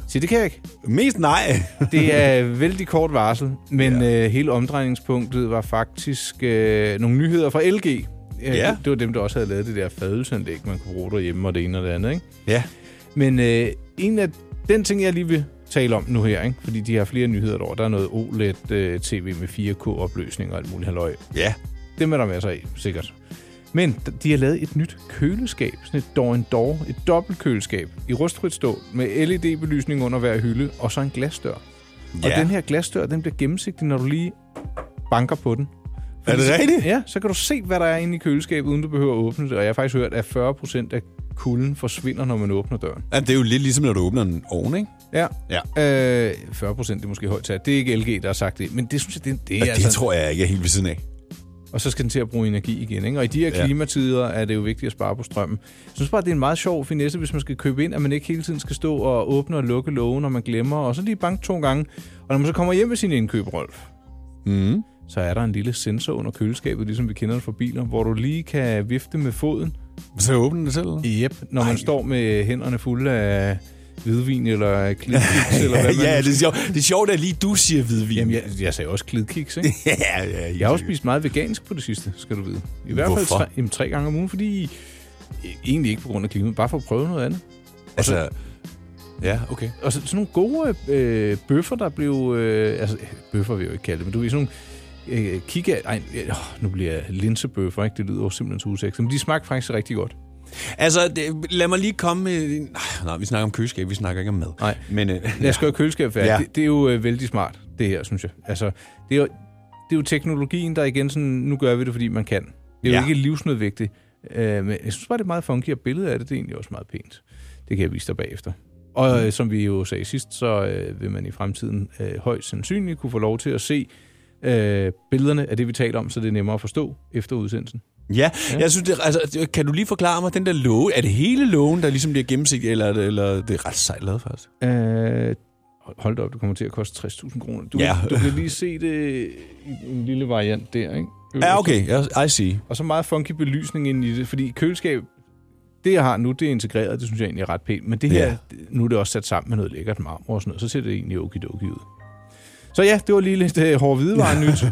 B: Så det kan jeg ikke.
C: Mest nej.
B: Det er vældig kort varsel, men ja. øh, hele omdrejningspunktet var faktisk øh, nogle nyheder fra LG. Øh,
C: Ja.
B: Det, det var dem, der også havde lavet det der fadelsanlæg, man kunne bruge derhjemme og det ene og det andet. Ikke?
C: Ja.
B: Men øh, en af den ting, jeg lige vil tale om nu her, ikke? fordi de har flere nyheder derovre. Der er noget E OLED-TV øh, med 4K-opløsning og alt muligt halløj.
C: Ja.
B: Dem er der masser af, sikkert. Men d- de har lavet et nyt køleskab, sådan et door and door, et dobbelt køleskab i rustfrit stål med LED-belysning under hver hylde og så en glasdør. Og
C: Ja.
B: den her glasdør, den bliver gennemsigtig, når du lige banker på den.
C: Er det
B: så-
C: rigtigt?
B: Ja, så kan du se, hvad der er inde i køleskabet, uden du behøver at åbne det. Og jeg har faktisk hørt, at 40% af kulden forsvinder, når man åbner døren.
C: Jamen, det er jo lidt ligesom, når du åbner en ovn, ikke?
B: Ja.
C: Ja.
B: Øh, 40 procent, det er måske højt sat. Det er ikke LG, der har sagt det, men det synes jeg, det, det
C: Ja,
B: er
C: det
B: altså...
C: tror jeg ikke er helt ved siden af.
B: Og så skal den til at bruge energi igen, ikke? Og i de her
C: Ja.
B: klimatider er det jo vigtigt at spare på strømmen. Jeg synes bare, det er en meget sjov finesse, hvis man skal købe ind, at man ikke hele tiden skal stå og åbne og lukke lågen, når man glemmer, og så lige banke to gange. Og når man så kommer hjem med sin indkøb, Rolf,
C: Mm.
B: så er der en lille sensor under køleskabet, ligesom vi kender det fra biler, hvor du lige kan vifte med foden,
C: Så åbner det selv, eller?
B: Yep, når man
C: Ej.
B: Ej. står med hænderne fulde af hvidvin eller klidkiks, eller hvad man
C: ja, det er sjovt, det er sjovt at lige du siger hvidvin.
B: Jamen, jeg, jeg sagde også klidkiks, ikke?
C: ja, ja, ja.
B: Jeg har jo spist meget vegansk på det sidste, skal du vide. I hvert
C: Hvorfor?
B: fald tre, jamen, tre gange om ugen, fordi eh, egentlig ikke på grund af klimaet, bare for at prøve noget andet.
C: Altså, ja, okay.
B: Og så, sådan nogle gode øh, bøffer, der blev... Øh, altså, øh, bøffer vil jeg jo ikke kalde det, men du ved, sådan nogle øh, kigge... Ej, øh, åh, nu bliver jeg linsebøffer, ikke? Det lyder jo simpelthen så usekset, men de smagte faktisk rigtig godt.
C: Altså, det, lad mig lige komme med... Nej, nej, vi snakker om køleskab, vi snakker ikke om mad.
B: Nej.
C: Men, øh,
B: Lad os gøre køleskab færdigt.
C: Ja.
B: Ja. Det, det er jo øh, vældig smart, det her, synes jeg. Altså, det er jo, det er jo teknologien, der igen sådan, nu gør vi det, fordi man kan. Det er
C: Ja.
B: jo ikke livsnødvendigt. Øh, men jeg synes bare, det er meget funky, og billedet af det, det er egentlig også meget pænt. Det kan jeg vise dig bagefter.
C: Mm.
B: Og øh, som vi jo sagde sidst, så øh, vil man i fremtiden øh, højst sandsynligt kunne få lov til at se øh, billederne af det, vi taler om, så det er nemmere at forstå efter udsendelsen.
C: Ja, ja, jeg synes, det, altså, det- kan du lige forklare mig, den der låge, er det hele lågen, der ligesom bliver gennemsigtig, eller, er det- eller det er ret sejt lavet faktisk?
B: Øh, hold- hold da op, det kommer til at koste 60.000 kroner. Du,
C: Ja.
B: du kan lige se det i en lille variant der, ikke?
C: Ja, okay, jeg- I see.
B: Og så meget funky belysning ind i det, fordi køleskab, det jeg har nu, det er integreret, det synes jeg egentlig er ret pænt, men det her,
C: Ja.
B: det- nu er det også sat sammen med noget lækkert marmor og sådan noget, så ser det egentlig okidoki ud. Så ja, det var lige lidt øh, hård hvidevare nyt.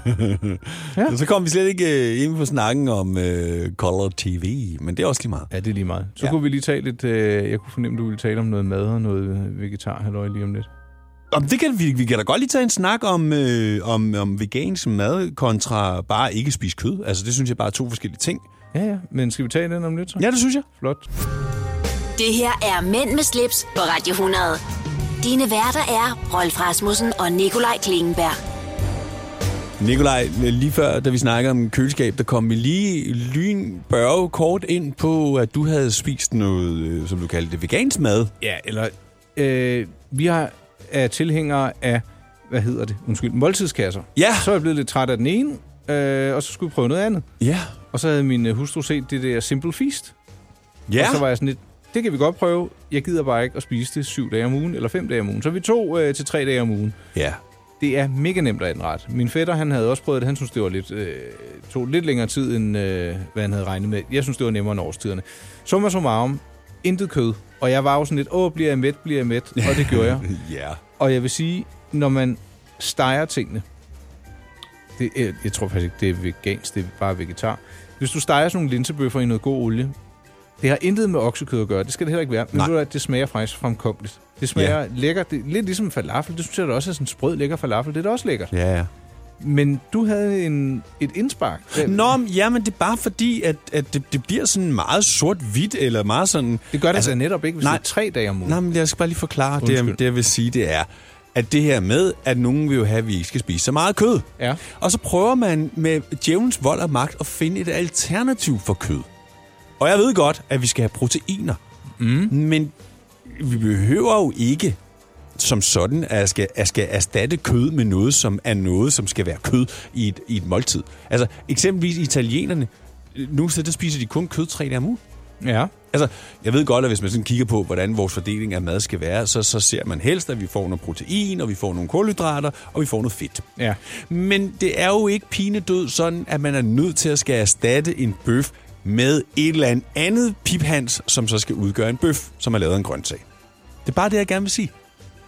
C: Ja. Så kom vi slet ikke øh, ind på snakken om øh, Color TV, men det er også lige meget.
B: Ja, det er lige meget. Så
C: Ja.
B: ja. kunne vi lige tale lidt, øh, jeg kunne fornemme, du ville tale om noget mad og noget øh, vegetar, halløj lige om lidt.
C: Om det kan vi, vi kan da godt lige tage en snak om, øh, om, om vegansk mad kontra bare ikke spise kød. Altså, det synes jeg bare er to forskellige ting.
B: Ja, ja, men skal vi tage den om lidt så?
C: Ja, det synes jeg.
B: Flot.
A: Det her er Mænd med slips på Radio 100. Dine værter er Rolf Rasmussen og Nikolaj Klingenberg.
C: Nikolaj, lige før, da vi snakkede om køleskab, der kom vi lige lynbørge kort ind på, at du havde spist noget, øh, som du kaldte det, vegansk mad.
B: Ja, eller øh, vi har, er tilhængere af, hvad hedder det, undskyld, måltidskasser.
C: Ja.
B: Så er jeg blevet lidt træt af den ene, øh, og så skulle vi prøve noget andet.
C: Ja.
B: Og så havde min øh, hustru set det der Simple Feast.
C: Ja.
B: Og så var jeg sådan lidt, det kan vi godt prøve. Jeg gider bare ikke at spise det syv dage om ugen, eller fem dage om ugen. Så vi tog øh, til tre dage om ugen.
C: Ja.
B: Det er mega nemt at anrette. Min fætter, han havde også prøvet det. Han synes, det var lidt, øh, tog lidt længere tid, end øh, hvad han havde regnet med. Jeg synes, det var nemmere end årstiderne. Summa summarum, intet kød. Og jeg var jo sådan lidt, åh, bliver jeg mæt, bliver jeg mæt? Og det gjorde jeg.
C: ja.
B: Og jeg vil sige, når man steger tingene, det, er- jeg tror faktisk ikke, det er vegansk, det er bare vegetar. Hvis du steger sådan nogle linsebøffer i noget god olie, det har intet med oksekød at gøre, det skal det heller ikke være, men ved du, hvad, det smager faktisk fremkommeligt. Det smager ja. lækkert, det er lidt ligesom falafel, det synes jeg da også er sådan en sprød lækker falafel, det er da også lækkert.
C: Ja, ja.
B: Men du havde en, et indspark.
C: Nå, men- jamen det er bare fordi, at, at det, det bliver sådan meget sort-hvidt, eller meget sådan...
B: Det gør det altså netop ikke, hvis
C: nej,
B: det er tre dage om ugen.
C: Nej, men jeg skal bare lige forklare, det,
B: Undskyld.
C: jeg- det jeg vil sige, det er, at det her med, at nogen vil jo have, at vi ikke skal spise så meget kød.
B: Ja.
C: Og så prøver man med djævelens vold og magt at finde et alternativ for kød. Og jeg ved godt, at vi skal have proteiner. Mm. Men vi behøver jo ikke som sådan, at jeg, skal, at skal erstatte kød med noget, som er noget, som skal være kød i et, i et måltid. Altså eksempelvis italienerne, øh, nu så der spiser de kun kød tre dage om ugen.
B: Ja.
C: Altså, jeg ved godt, at hvis man sådan kigger på, hvordan vores fordeling af mad skal være, så, så ser man helst, at vi får noget protein, og vi får nogle kulhydrater, og vi får noget fedt.
B: Ja.
C: Men det er jo ikke pinedød sådan, at man er nødt til at skal erstatte en bøf med et eller andet andet piphans, som så skal udgøre en bøf, som er lavet af en grøntsag. Det er bare det, jeg gerne vil sige.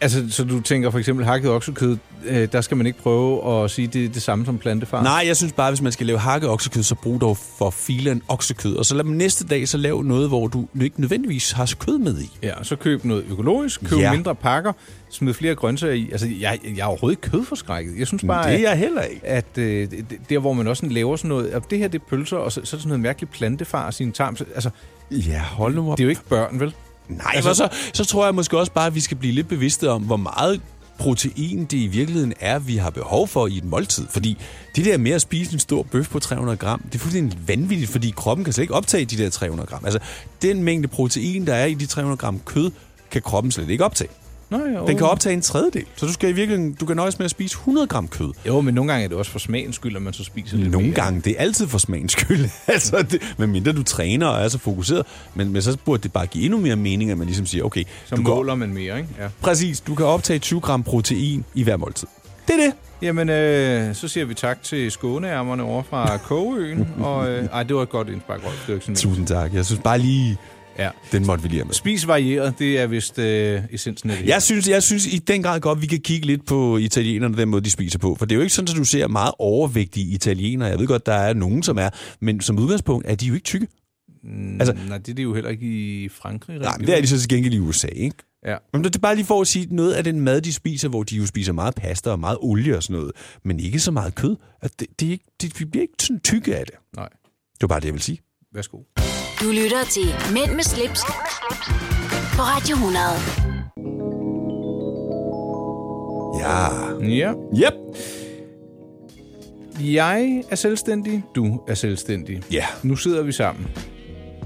B: Altså, så du tænker for eksempel hakket oksekød, øh, der skal man ikke prøve at sige, det er det samme som plantefar?
C: Nej, jeg synes bare, at hvis man skal lave hakke oksekød, så brug dog for filen oksekød. Og så lad dem næste dag så lave noget, hvor du ikke nødvendigvis har kød med i.
B: Ja, og så køb noget økologisk, køb
C: Ja.
B: ja. mindre pakker, smid flere grøntsager i. Altså, jeg, jeg er overhovedet ikke kødforskrækket. Jeg synes
C: Men
B: bare,
C: det er
B: at-
C: jeg heller ikke.
B: At øh, det- det- der, hvor man også sådan laver sådan noget, at det her det er pølser, og så, så er det sådan noget mærkeligt plantefar og sin tarm. Så- Altså,
C: ja, hold nu op.
B: Det er jo ikke børn, vel?
C: Nej, altså, så, så tror jeg måske også bare, at vi skal blive lidt bevidste om, hvor meget protein det i virkeligheden er, vi har behov for i et måltid. Fordi det der med at spise en stor bøf på 300 gram, det er fuldstændig vanvittigt, fordi kroppen kan slet ikke optage de der 300 gram. Altså, den mængde protein, der er i de 300 gram kød, kan kroppen slet ikke optage.
B: Nå, ja,
C: Den kan optage en tredjedel, så du skal i virkeligheden, du kan nøjes med at spise 100 gram kød.
B: Jo, men nogle gange er det også for smagens skyld, at man så spiser lidt
C: Nogle
B: mere.
C: gange, det er altid for smagens skyld, altså, det, medmindre du træner og er så fokuseret, men, men så burde det bare give endnu mere mening, at man ligesom siger, okay,
B: Så
C: du går,
B: måler man mere, ikke? Ja.
C: Præcis, du kan optage 20 gram protein i hver måltid. Det er det.
B: Jamen, øh, så siger vi tak til skåneærmerne over fra Kogeøen. og, øh, ej, det var et godt indspark, Rolf. Det var ikke sådan,
C: Tusind tak. Jeg synes bare lige,
B: ja.
C: den måtte vi lige have med.
B: Spis varieret, det er vist øh, essensen af det.
C: Jeg synes, jeg synes i den grad godt, vi kan kigge lidt på italienerne, den måde, de spiser på. For det er jo ikke sådan, at du ser meget overvægtige italienere. Jeg ved godt, der er nogen, som er. Men som udgangspunkt er de jo ikke tykke.
B: altså, Nej, det er det jo heller ikke i Frankrig.
C: Nej,
B: rigtig,
C: men det er
B: vel?
C: de så til gengæld i USA, ikke?
B: Ja.
C: Men det er bare lige for at sige, noget af den mad, de spiser, hvor de jo spiser meget pasta og meget olie og sådan noget, men ikke så meget kød, at det, det er ikke, det, vi bliver ikke sådan tykke af det.
B: Nej.
C: Det var bare det, jeg ville sige.
B: Værsgo.
A: Du lytter til Mænd med slips, på Radio 100.
C: Ja.
B: Ja.
C: Yep.
B: Jeg er selvstændig, du er selvstændig.
C: Ja.
B: Nu sidder vi sammen.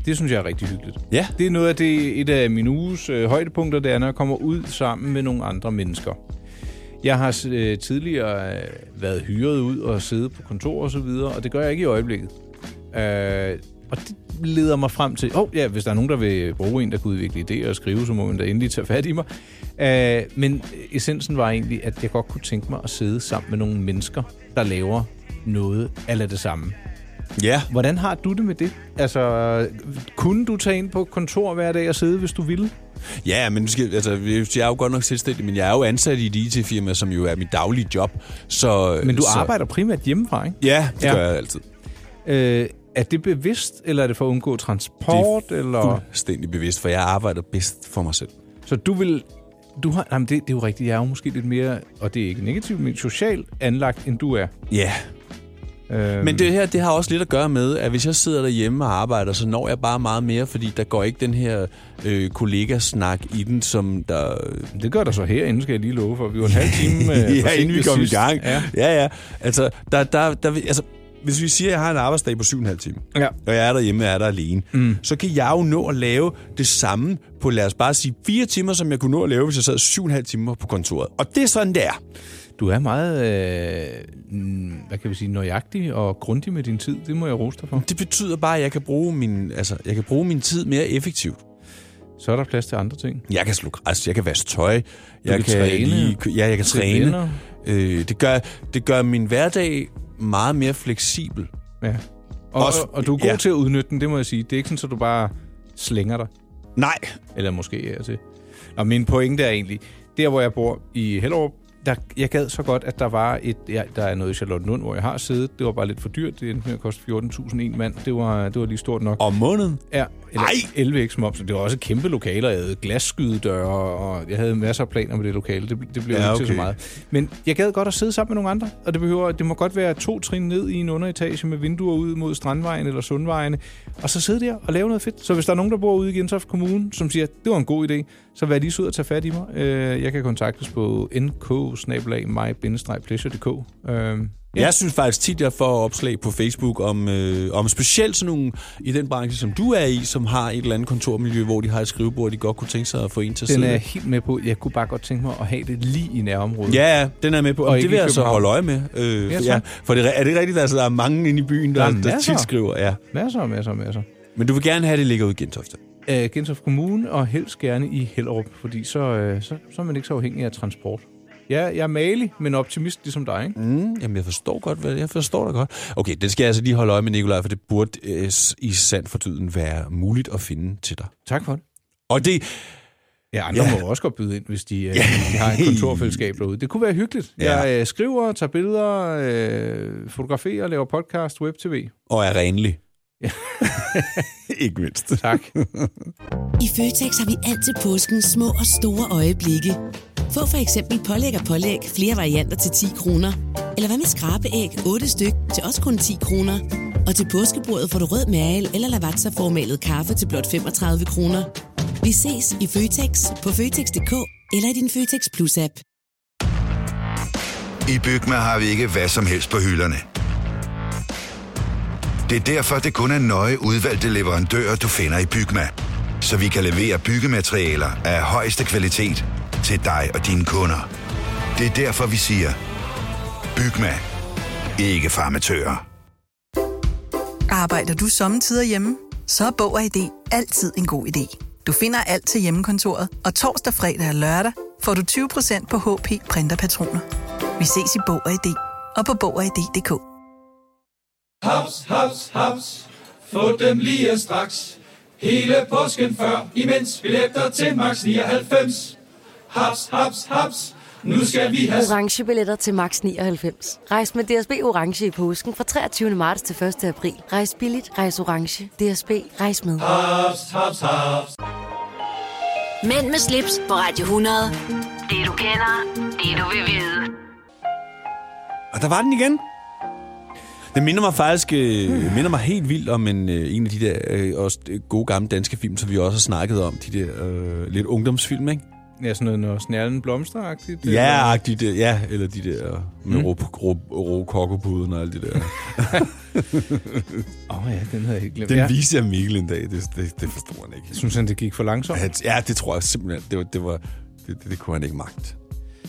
B: Det synes jeg er rigtig hyggeligt.
C: Ja.
B: Det er noget af det, et af mine uges øh, højdepunkter, det er, når jeg kommer ud sammen med nogle andre mennesker. Jeg har øh, tidligere øh, været hyret ud og sidde på kontor og så videre, og det gør jeg ikke i øjeblikket. Øh, og det leder mig frem til, oh, ja, hvis der er nogen, der vil bruge en, der kan udvikle idéer og skrive, så må man da endelig tage fat i mig. Øh, men essensen var egentlig, at jeg godt kunne tænke mig at sidde sammen med nogle mennesker, der laver noget af det samme.
C: Ja.
B: Hvordan har du det med det? Altså, kunne du tage ind på kontor hver dag og sidde, hvis du ville?
C: Ja, men du skal, altså, jeg er jo godt nok selvstændig, men jeg er jo ansat i et IT-firma, som jo er mit daglige job. Så,
B: Men du
C: så,
B: arbejder primært hjemmefra, ikke?
C: Ja, det
B: Ja.
C: ja. gør jeg altid.
B: Øh, er det bevidst, eller er det for at undgå transport? Det eller?
C: Fuldstændig bevidst, for jeg arbejder bedst for mig selv.
B: Så du vil... Du har, jamen det, det er jo rigtigt, jeg er jo måske lidt mere, og det er ikke negativt, men socialt anlagt, end du er.
C: Ja.
B: Øhm,
C: Men det her, det har også lidt at gøre med, at hvis jeg sidder derhjemme og arbejder, så når jeg bare meget mere, fordi der går ikke den her øh, kollegasnak i den, som der...
B: Det gør der så herinde, skal jeg lige love for. Vi var en halv time øh,
C: ja,
B: for sent
C: inden vi
B: ved
C: kom i
B: sidst.
C: gang.
B: Ja.
C: Ja, ja. ja. Altså, der, der, der, altså, hvis vi siger, at jeg har en arbejdsdag på 7,5 timer,
B: ja.
C: og jeg er derhjemme og jeg er der alene,
B: Mm.
C: så kan jeg jo nå at lave det samme på, lad os bare sige, fire timer, som jeg kunne nå at lave, hvis jeg sad 7,5 timer på kontoret. Og det er sådan, det er.
B: Du er meget, øh, mm, hvad kan vi sige, nøjagtig og grundig med din tid. Det må jeg rose dig for.
C: Det betyder bare, at jeg kan bruge min, altså, jeg kan bruge min tid mere effektivt.
B: Så er der plads til andre ting.
C: Jeg kan slå græs, jeg kan vaske tøj, jeg
B: kan træne,
C: lige- ja, jeg kan
B: se venner.
C: træne. Øh, det, gør, det gør min hverdag meget mere fleksibel.
B: Ja. Og,
C: Også-
B: og, og du er god ja.
C: ja.
B: til at udnytte den, det må jeg sige. Det er ikke sådan, at du bare slænger dig.
C: Nej.
B: Eller måske er til. Og min pointe er egentlig, der hvor jeg bor i Hellerup, der, jeg gad så godt, at der var et... Ja, der er noget i Charlottenlund, hvor jeg har siddet. Det var bare lidt for dyrt. Det endte med at koste 14.000 en mand. Det var, det var lige stort nok.
C: Om måneden?
B: Ja, eller 11x moms. Det var også et kæmpe lokale, og jeg havde glasskydedøre, og jeg havde masser af planer med det lokale. Det, det blev
C: Ja,
B: ja, ikke til så
C: okay.
B: meget. Men jeg gad godt at sidde sammen med nogle andre, og det, behøver, det må godt være to trin ned i en underetage med vinduer ud mod Strandvejen eller Sundvejen, og så sidde der og lave noget fedt. Så hvis der er nogen, der bor ude i Gentofte Kommune, som siger, det var en god idé, så vær lige sød at tage fat i mig. Øh, Jeg kan kontaktes på nk pleasuredk
C: Ja. Jeg synes faktisk tit, jeg får opslag på Facebook om, øh, om specielt sådan nogle i den branche, som du er i, som har et eller andet kontormiljø, hvor de har et skrivebord, de godt kunne tænke sig at få en til at
B: Den
C: sidde.
B: er jeg helt med på. Jeg kunne bare godt tænke mig at have det lige i nærområdet.
C: Ja, ja, den er jeg med på.
B: Og
C: Og
B: ikke
C: det vil
B: i
C: jeg så
B: København.
C: holde øje med. Øh,
B: Ja,
C: ja,
B: tak.
C: for det, er- er det rigtigt, at altså, der er mange inde i byen,
B: Der
C: der,
B: er
C: der, der
B: masser.
C: tit skriver? Ja.
B: Masser, masser, masser.
C: Men du vil gerne have, at det ligger ud i Gentofte?
B: øh, Gentofte Kommune, og helst gerne i Hellerup, fordi så, øh, så, så er man ikke så afhængig af transport. Ja, jeg er malig, men optimist ligesom dig, ikke?
C: Mm, jamen, jeg forstår godt, hvad jeg forstår dig godt. Okay, det skal jeg altså lige holde øje med, Nikolaj, for det burde øh, s- i sand for tiden være muligt at finde til dig.
B: Tak for det.
C: Og det...
B: Ja, andre ja. må også godt byde ind, hvis de, øh, de har et kontorfællesskab derude. Det kunne være hyggeligt. Ja.
C: Ja.
B: Jeg øh, skriver, tager billeder, øh, fotograferer, laver podcast, web-tv.
C: Og er renlig. Ikke mindst.
B: Tak.
H: I Føtex har vi altid påskens små og store øjeblikke. Få for eksempel pålæg og pålæg flere varianter til 10 kroner. Eller hvad med skrabeæg 8 styk til også kun 10 kroner. Og til påskebordet får du rød mal eller lavatserformalet kaffe til blot 35 kroner. Vi ses i Føtex på Føtex.dk eller i din Føtex Plus-app.
D: I Bygma har vi ikke hvad som helst på hylderne. Det er derfor, det kun er nøje udvalgte leverandører, du finder i Bygma. Så vi kan levere byggematerialer af højeste kvalitet til dig og dine kunder. Det er derfor, vi siger, Bygma. Ikke farmatører.
I: Arbejder du sommetider hjemme? Så er Bog og ID altid en god idé. Du finder alt til hjemmekontoret, og torsdag, fredag og lørdag får du 20% på HP Printerpatroner. Vi ses i Bog og ID og på Bog og ID.dk.
E: Haps, haps, haps. Få dem lige straks. Hele påsken før, imens billetter til max 99. Haps, haps, haps. Nu skal vi have
J: Orange billetter til max 99. Rejs med DSB Orange i påsken fra 23. marts til 1. april. Rejs billigt, rejs orange. DSB, rejs med.
E: haps, haps, haps.
A: Mænd med slips på Radio 100. Det du kender, det du vil vide.
C: Og der var den igen. Den minder mig faktisk øh, minder mig helt vildt om en, øh, en af de der øh, også øh, gode gamle danske film, som vi også har snakket om. De der øh, lidt ungdomsfilm, ikke?
B: Ja, sådan noget, noget snærlen blomsteragtigt.
C: Ja, de der, ja, eller de der med mm. rå, rå, rå kokkepuden og alt det der.
B: Åh oh, ja, den havde jeg helt glemt.
C: Den
B: ja.
C: ja. viste jeg Mikkel en dag, det, det, det forstod han ikke.
B: Synes han, det gik for langsomt?
C: Han, ja, det tror jeg simpelthen. Det, var, det, var, det, det, det kunne han ikke magt.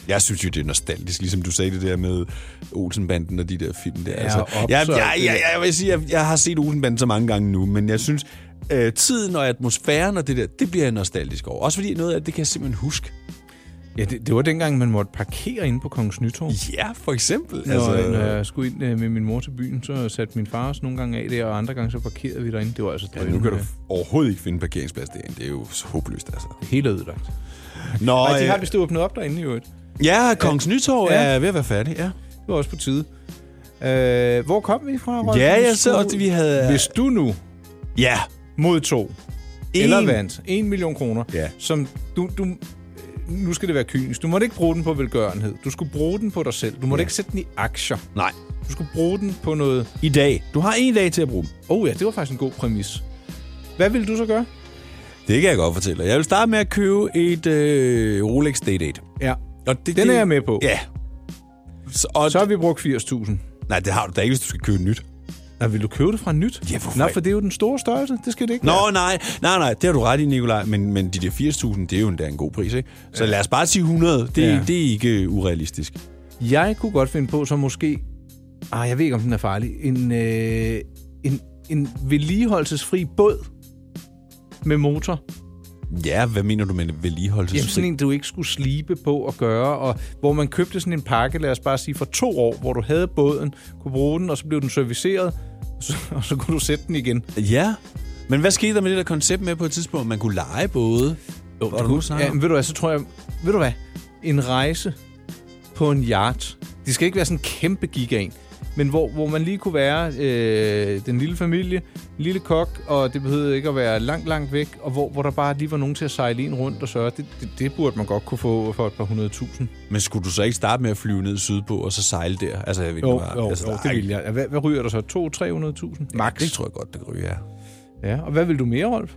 C: Jeg synes jo, det er nostalgisk, ligesom du sagde det der med Olsenbanden og de der film der.
B: Ja,
C: altså,
B: og
C: jeg, jeg,
B: Ops og
C: jeg,
B: alt det
C: jeg,
B: der.
C: jeg vil sige, jeg, jeg har set Olsenbanden så mange gange nu, men jeg synes, øh, tiden og atmosfæren og det der, det bliver jeg nostalgisk over. Også fordi noget af det kan jeg simpelthen huske.
B: Ja, det, det var dengang, man måtte parkere inde på Kongens Nytorv.
C: Ja, for eksempel.
B: Når, altså,
C: Altså-
B: når jeg skulle ind øh, med min mor til byen, så satte min far også nogle gange af der, og andre gange så parkerede vi derinde. Det var altså
C: Ja, øh, nu kan du f- overhovedet ikke finde en parkeringsplads derinde. Det er jo så håbløst, altså.
B: Helt ødelagt.
C: Nå,
B: Og, Ej, de har
C: øh,
B: vist åbnet op derinde i øvrigt.
C: ja, Kongens Nytorv
B: Ja.
C: er ved at være færdig, ja.
B: Det var også på tide. Øh, hvor kom vi fra? Rolf?
C: Ja,
B: Vi
C: jeg så,
B: skulle-
C: at vi havde...
B: Hvis du nu
C: ja.
B: modtog
C: En-
B: eller vandt 1 million kroner,
C: Ja.
B: som du, du... Nu skal det være kynisk. Du måtte ikke bruge den på velgørenhed. Du skulle bruge den på dig selv. Du måtte ja. ikke sætte den i aktier.
C: Nej.
B: Du skulle bruge den på noget...
C: I dag.
B: Du har en dag til at bruge den. Oh ja, det var faktisk en god præmis. Hvad ville du så gøre?
C: Det kan jeg godt fortælle dig. Jeg vil starte med at købe et øh, Rolex Day-Date.
B: Ja.
C: Og det,
B: Den er jeg med på.
C: Ja.
B: Så, og så har vi brugt 80.000.
C: Nej, det har du da ikke, hvis du skal købe nyt.
B: Nej, vil du købe det fra nyt?
C: Ja, hvorfor
B: Nej,
C: ikke?
B: for det er jo den store størrelse. Det skal det ikke
C: Nå,
B: være.
C: nej, nej, nej, det har du ret i, Nikolaj, men, men de der 80.000, det er jo endda en god pris, ikke? Så lad os bare sige 100, det,
B: Ja.
C: ja. det er ikke øh, urealistisk.
B: Jeg kunne godt finde på, så måske... Ah, jeg ved ikke, om den er farlig. En, øh, en, en vedligeholdelsesfri båd med motor.
C: Ja, hvad mener du med vedligeholdelse?
B: Jamen sådan en, du ikke skulle slibe på og gøre, og hvor man købte sådan en pakke, lad os bare sige, for to år, hvor du havde båden, kunne bruge den, og så blev den serviceret, og så, og så kunne du sætte den igen.
C: Ja, men hvad skete der med det der koncept med på et tidspunkt, man kunne lege både? Jo,
B: Det kunne- ja, men ved du hvad, så tror jeg, ved du hvad, en rejse på en yacht, det skal ikke være sådan en kæmpe gigan, men hvor, hvor man lige kunne være øh, den lille familie, en lille kok, og det behøvede ikke at være langt, langt væk, og hvor, hvor der bare lige var nogen til at sejle en rundt og sørge. Det, det, det burde man godt kunne få for et par hundrede tusind.
C: Men skulle du så ikke starte med at flyve ned sydpå og så sejle der? Altså, jeg ved ikke,
B: Jo,
C: hvor-
B: jo,
C: altså,
B: jo,
C: der er
B: det
C: ikke-
B: vil jeg. Hvad, hvad ryger der så? 200-300.000? Max?
C: Det tror jeg godt, det ryger, ja.
B: Ja, og hvad vil du mere, Rolf?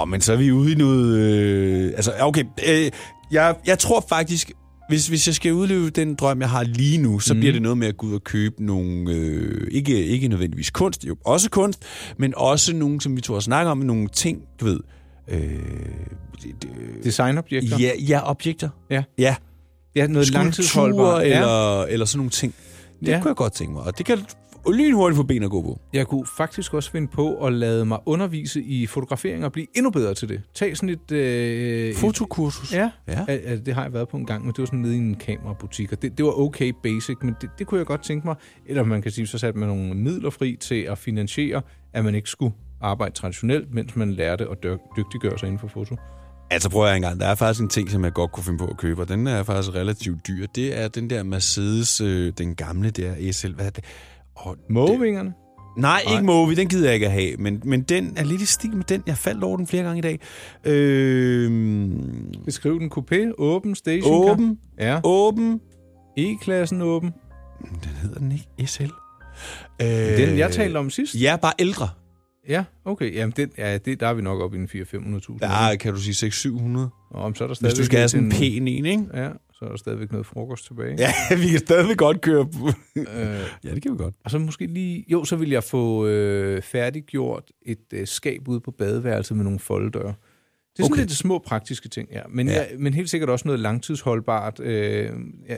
C: Åh, men så er vi ude i noget... Øh, altså, okay. Øh, jeg, jeg tror faktisk, hvis, hvis jeg skal udleve den drøm, jeg har lige nu, så
B: Mm.
C: mm. bliver det noget med at gå ud og købe nogle... Øh, ikke, ikke nødvendigvis kunst, jo også kunst, men også nogle, som vi to har snakket om, nogle ting, du ved... Øh, det- det-
B: Designobjekter?
C: ja, ja, objekter.
B: Ja.
C: Ja.
B: Ja, noget langtidsholdbart.
C: Skulpturer
B: Ja.
C: eller, eller sådan nogle ting. Det
B: Ja.
C: ja. kunne jeg godt tænke mig, og det kan du lynhurtigt få ben at gå på.
B: Jeg kunne faktisk også finde på at lade mig undervise i fotografering og blive endnu bedre til det. Tag sådan et... Øh,
C: Fotokursus?
B: Et, ja,
C: Ja.
B: Al- al- det har jeg været på en gang, men det var sådan nede i en kamerabutik, og det, det var okay basic, men det, det kunne jeg godt tænke mig. Eller man kan sige, så satte man nogle midler fri til at finansiere, at man ikke skulle arbejde traditionelt, mens man lærte at dyr- dygtiggøre sig inden for foto.
C: Altså prøv at høre engang, der er faktisk en ting, som jeg godt kunne finde på at købe, og den er faktisk relativt dyr. Det er den der Mercedes, øh, den gamle der SL, hvad er det? Og
B: Mågevingerne?
C: Nej,
B: Nej.
C: ikke Movi, den gider jeg ikke at have, men, men den er lidt i stil med den. Jeg faldt over den flere gange i dag. Øh,
B: Beskriv den coupé, åben, station.
C: åben,
B: Ja.
C: åben,
B: E-klassen åben.
C: hedder den ikke SL? Øh,
B: Den, jeg talte om sidst.
C: Ja, bare ældre.
B: Ja, okay. Jamen, den, ja, det, der er vi nok oppe i en 400-500.000.
C: Ja, kan du sige 600-700?
B: Om så er der stadigvæk
C: Hvis du skal have sådan en
B: lidt
C: pæn en, ikke?
B: Ja, så er der stadigvæk noget frokost tilbage.
C: Ja, vi kan stadigvæk godt køre.
B: Øh,
C: ja, det kan vi godt.
B: og så måske lige... Jo, så vil jeg få øh, færdiggjort et øh, skab ude på badeværelset med nogle foldedøre. Det er sådan
C: Okay.
B: lidt de små praktiske ting, ja. Men, ja.
C: Ja.
B: Jeg, men helt sikkert også noget langtidsholdbart, øh,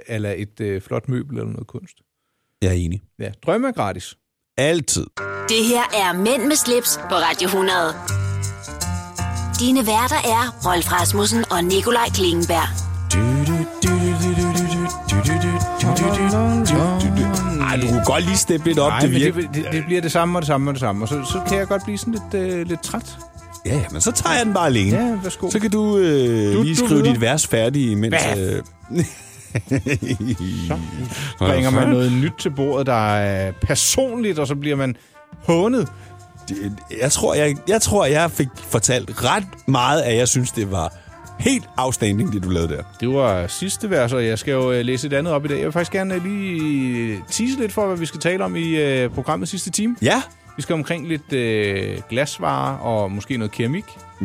B: eller et øh, flot møbel eller noget kunst.
C: Jeg er enig.
B: Ja, drømme er gratis.
C: Altid.
A: Det her er Mænd med slips på Radio 100. Dine værter er Rolf Rasmussen og Nikolaj Klingenberg.
C: Ej, du kunne godt lige steppe lidt op.
B: Nej,
C: det
B: men
C: virker.
B: det, det, det bliver det samme og det samme og det samme, og så, så kan jeg godt blive sådan lidt, øh, lidt træt.
C: Ja, ja, men så tager jeg den bare alene.
B: Ja, værsgo.
C: Så kan du, øh,
B: Du-
C: lige
B: du
C: skrive
B: videre.
C: dit vers færdigt, mens...
B: Baf.
C: Øh...
B: Så bringer man noget nyt til bordet, der er personligt, og så bliver man hånet.
C: Det- Jeg tror jeg, jeg tror, jeg fik fortalt ret meget, at jeg synes, det var helt outstanding, det du lavede der.
B: Det var sidste vers, og jeg skal jo øh, læse et andet op i dag. Jeg vil faktisk gerne øh, lige tease lidt for, hvad vi skal tale om i øh, programmet sidste time.
C: Ja.
B: Vi skal omkring lidt øh, glasvarer og måske noget keramik.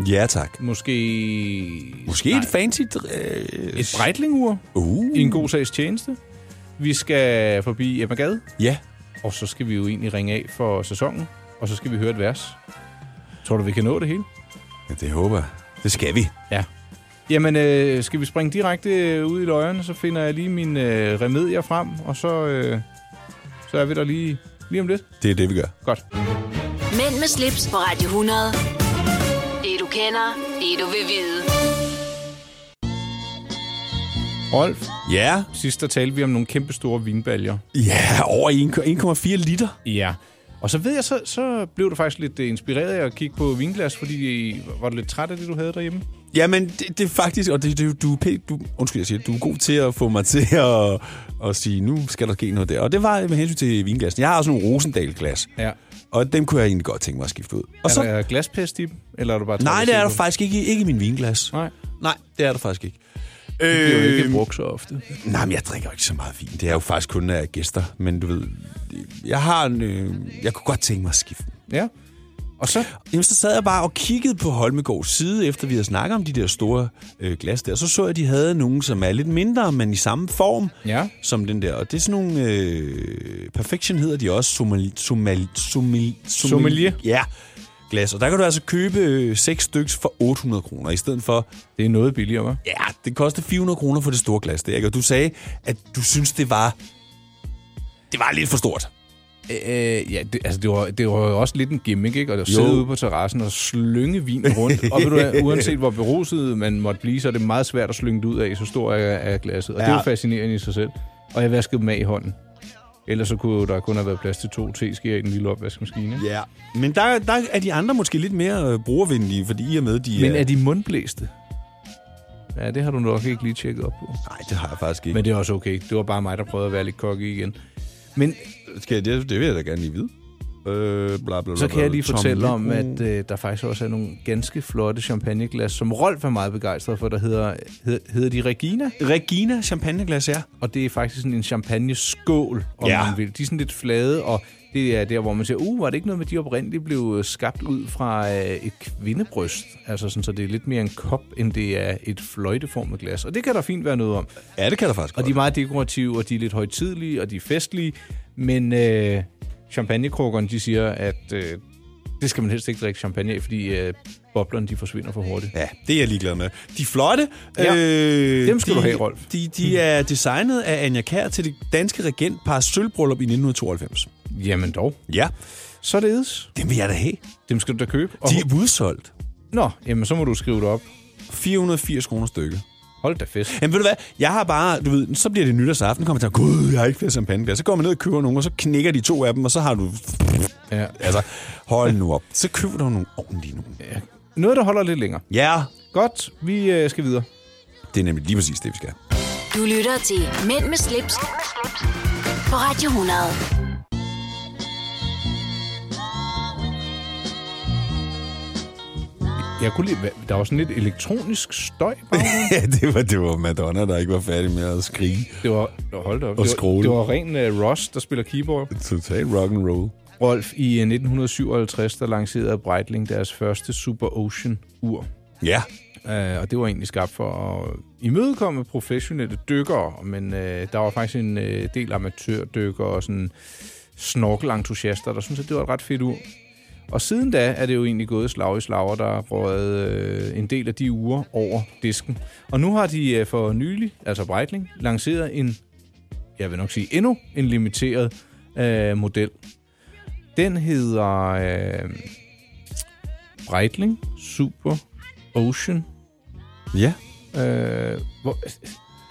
C: Ja, tak.
B: Måske
C: Måske et fancy... Øh...
B: et brejtlingur
C: Uh.
B: i en god sags tjeneste. Vi skal forbi Emma Gade,
C: Ja.
B: og så skal vi jo egentlig ringe af for sæsonen, og så skal vi høre et vers. Tror du, vi kan nå det hele?
C: ja, det håber jeg. Det skal vi.
B: Ja. Jamen, øh, skal vi springe direkte øh, ud i løjerne, så finder jeg lige mine øh, remedier frem, og så, øh, så er vi der lige, lige om lidt.
C: Det er det, vi gør.
B: Godt.
A: Mænd med slips på Radio 100. Det du kender, det du vil vide.
B: Rolf,
C: Ja.
B: sidst der talte vi om nogle kæmpe store vinbaljer.
C: Ja, over 1,4 liter.
B: Ja. Og så ved jeg, så, så blev du faktisk lidt øh, inspireret af at kigge på vinglas, fordi øh, var du lidt træt af det, du havde derhjemme?
C: Jamen, det, det er faktisk, og det, det, du, er pæ- du, undskyld, jeg siger, du er god til at få mig til at, at sige, nu skal der ske noget der. Og det var med hensyn til vinglasen. Jeg har også nogle Rosendal-glas,
B: Ja.
C: og dem kunne jeg egentlig godt tænke mig at skifte ud. Og
B: Er
C: så,
B: der glaspest i dem, eller er du bare træt af
C: nej,
B: at
C: det
B: se
C: er der
B: på
C: faktisk ikke, ikke i min vinglas.
B: dem? Nej.
C: Nej, det er der faktisk ikke.
B: Det bliver jo
C: Øhm.
B: ikke brugt så ofte.
C: Nej, men jeg drikker jo ikke så meget vin. Det er jo faktisk kun, når jeg er gæster. Men du ved, jeg har en... Øh, jeg kunne godt tænke mig at skifte.
B: Ja. Og så?
C: Jamen, så sad jeg bare og kiggede på Holmegårds side, efter vi havde snakket om de der store øh, glas der. Så så jeg, at de havde nogen, som er lidt mindre, men i samme form
B: ja.
C: som den der. Og det er sådan nogle... Øh, perfection hedder de også. Sommel, sommel, sommel, sommel,
B: Sommelier.
C: Ja, glas. Og der kan du altså købe øh, seks stykker for 800 kroner, i stedet for...
B: Det er noget billigere, hva'?
C: Ja, det koster 400 kroner for det store glas der, ikke? Og du sagde, at du synes, det var... Det var lidt for stort.
B: Øh, ja, det, altså, det var, det var jo også lidt en gimmick, ikke? Og at
C: Jo.
B: sidde ude på terrassen og slynge vin rundt. og ved du, hvad, uanset hvor beruset man måtte blive, så er det meget svært at slynge det ud af, så stor er, er glasset. Og ja. det
C: Ja.
B: er jo fascinerende i sig selv. Og jeg vaskede dem af i hånden. Ellers så kunne der kun have været plads til to teskeer i den lille opvaskemaskine. ikke?
C: Ja, men der, der er de andre måske lidt mere øh, brugervenlige, fordi i og med, de
B: Men er de mundblæste? Ja, det har du nok ikke lige tjekket op på.
C: Nej, det har jeg faktisk ikke.
B: Men det er også okay. Det var bare mig, der prøvede at være lidt kokke igen. Men
C: Skal jeg, det, det vil jeg da gerne lige vide. Øh, bla, bla, bla,
B: Så kan jeg lige
C: bla. Tom
B: fortælle om,
C: Lindgren.
B: at øh, der faktisk også er nogle ganske flotte champagneglas, som Rolf er meget begejstret for, der hedder, hed, hedder de Regina.
C: Regina champagneglas, ja.
B: Og det er faktisk sådan en champagneskål, om
C: Ja.
B: ja. man vil. De er sådan lidt flade, og det er der, hvor man siger, uh, var det ikke noget med, de oprindeligt blev øh, skabt ud fra øh, et kvindebryst? Altså sådan, så det er lidt mere en kop, end det er et fløjteformet glas. Og det kan der fint være noget om.
C: Ja, det kan der faktisk
B: Og de er meget dekorative, og de er lidt højtidlige, og de er festlige. Men øh, champagnekrukkerne, de siger, at øh, det skal man helst ikke drikke champagne af, fordi øh, boblerne, de forsvinder for hurtigt.
C: Ja, det er jeg ligeglad med. De er flotte.
B: Ja.
C: Øh,
B: Dem skal
C: de,
B: du have, Rolf.
C: De, de er designet af Anja Kær til det danske regentpars sølvbryllup i 1992.
B: Jamen dog.
C: Ja.
B: Således.
C: Dem vil jeg da have.
B: Dem skal du da købe. Og
C: De er udsolgt.
B: Nå, jamen så må du skrive det op.
C: 480 kroner stykket.
B: Hold da fest.
C: Jamen ved du hvad, jeg har bare, du ved, så bliver det nytårsaften, kommer jeg til, gud, jeg har ikke flere champagneglas. Så går man ned og køber nogle, og så knækker de to af dem, og så har du,
B: Ja.
C: altså, hold nu op. Så køber du nogle ordentlige nogle.
B: Ja. Noget, der holder lidt længere.
C: Ja,
B: Godt, vi øh, skal videre.
C: det er nemlig lige præcis det, vi skal.
A: Du lytter til Mænd med slips, på Radio 100.
B: Jeg kunne lide, hva- der var sådan lidt elektronisk støj. i baggrunden.
C: ja, det var, det var Madonna, der ikke var færdig med at skrige.
B: det var, det var hold da op.
C: Og
B: det, var,
C: scrolle.
B: det var ren øh, Ross, der spiller keyboard.
C: Total rock and roll.
B: Rolf, i øh, 1957, der lancerede Breitling deres første Super Ocean-ur.
C: Ja,
B: Øh, og det var egentlig skabt for at imødekomme professionelle dykkere, men øh, der var faktisk en øh, del amatørdykkere og sådan snorkelentusiaster, der syntes, at det var et ret fedt ur. Og siden da er det jo egentlig gået slag i slag, og der er røget øh, en del af de uger over disken. Og nu har de øh, for nylig, altså Breitling, lanceret en, jeg vil nok sige endnu en limiteret øh, model. Den hedder øh, Breitling Super Ocean
C: ja.
B: Øh, hvor,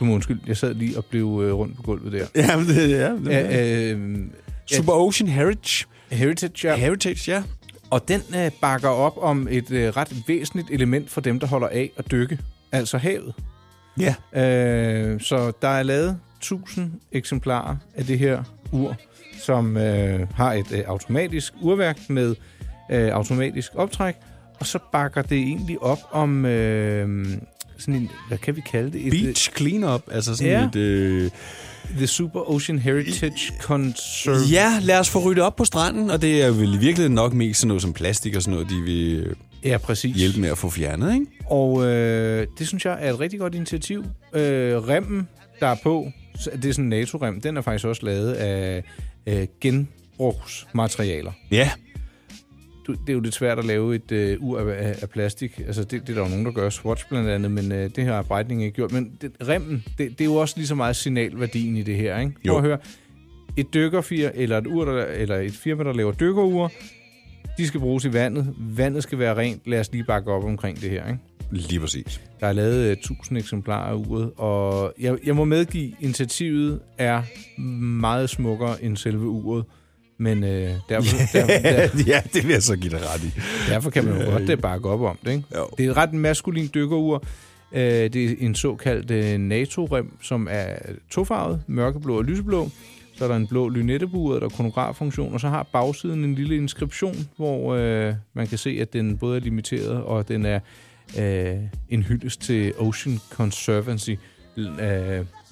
B: du må undskylde, jeg sad lige og blev øh, rundt på gulvet der.
C: Ja, men det, ja, det, ja,
B: Ja, øh,
C: Super Ocean Heritage.
B: Heritage, ja.
C: Heritage, ja.
B: Og den øh, bakker op om et øh, ret væsentligt element for dem, der holder af at dykke, altså havet.
C: Ja.
B: Øh, så der er lavet 1000 eksemplarer af det her ur, som øh, har et øh, automatisk urværk med øh, automatisk optræk, og så bakker det egentlig op om øh, sådan en, hvad kan vi kalde det? Et, øh,
C: Beach cleanup, altså sådan
B: Ja.
C: et... Øh...
B: The Super Ocean Heritage Conserve.
C: Ja, lad os få ryddet op på stranden, og det er vel i virkeligheden nok mest sådan noget som plastik og sådan noget, de vil øh,
B: ja præcis.
C: hjælpe med at få fjernet, ikke?
B: Og øh, det synes jeg er et rigtig godt initiativ. Øh, remmen, der er på, så- det er sådan en NATO-rem, den er faktisk også lavet af øh, genbrugsmaterialer.
C: Ja.
B: Du- Det er jo lidt svært at lave et øh, ur af, af- af plastik. Altså, det, det er der jo nogen, der gør. Swatch blandt andet, men øh, det her har Breitling ikke gjort. Men det, remmen, det, det er jo også lige så meget signalværdien i det her, ikke?
C: Jo.
B: Prøv at høre. Et dykkerfir, eller et, ur, der, eller et firma, der laver dykkerure, de skal bruges i vandet. Vandet skal være rent. Lad os lige bakke op omkring det her, ikke?
C: Lige præcis.
B: Der er lavet øh, 1000 eksemplarer af uret, og jeg, jeg må medgive, initiativet er meget smukkere end selve uret. Men øh, derfor, derfor, der,
C: ja, det vil jeg så give dig ret i.
B: derfor kan man jo godt det bakke op om det. Ikke?
C: Jo.
B: Det er et ret maskulin dykkerur. Øh, det er en såkaldt øh, NATO-rem, som er tofarvet, mørkeblå og lyseblå. Så er der en blå lynetteburet, der er kronograffunktion, og så har bagsiden en lille inskription, hvor øh, man kan se, at den både er limiteret, og den er øh, en hyldest til Ocean Conservancy, øh,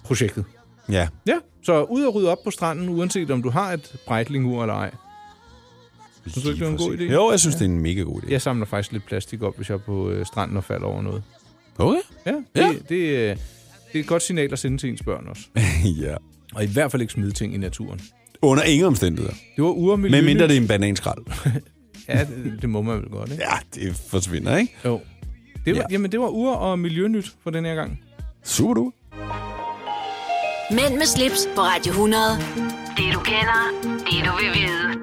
B: projektet.
C: Ja.
B: Ja, så ud og rydde op på stranden, uanset om du har et brejtlingur eller ej. Synes du ikke, det er en god idé?
C: Jo, jeg synes, det er en mega god idé.
B: Jeg samler faktisk lidt plastik op, hvis jeg er på øh, stranden og falder over noget.
C: Okay.
B: Ja, det, ja. Det, det, øh, det er et godt signal at sende til ens børn også.
C: ja.
B: Og i hvert fald ikke smide ting i naturen.
C: Under ingen omstændigheder.
B: Det var urmiljø.
C: Med mindre det er en bananskrald.
B: Ja, det, det må man vel godt, ikke?
C: ja, det forsvinder, ikke?
B: Jo. Det var, ja. Jamen, det var ur- og miljønyt for den her gang.
C: Super du.
A: Mænd med slips på Radio 100. Det du kender, det du vil vide.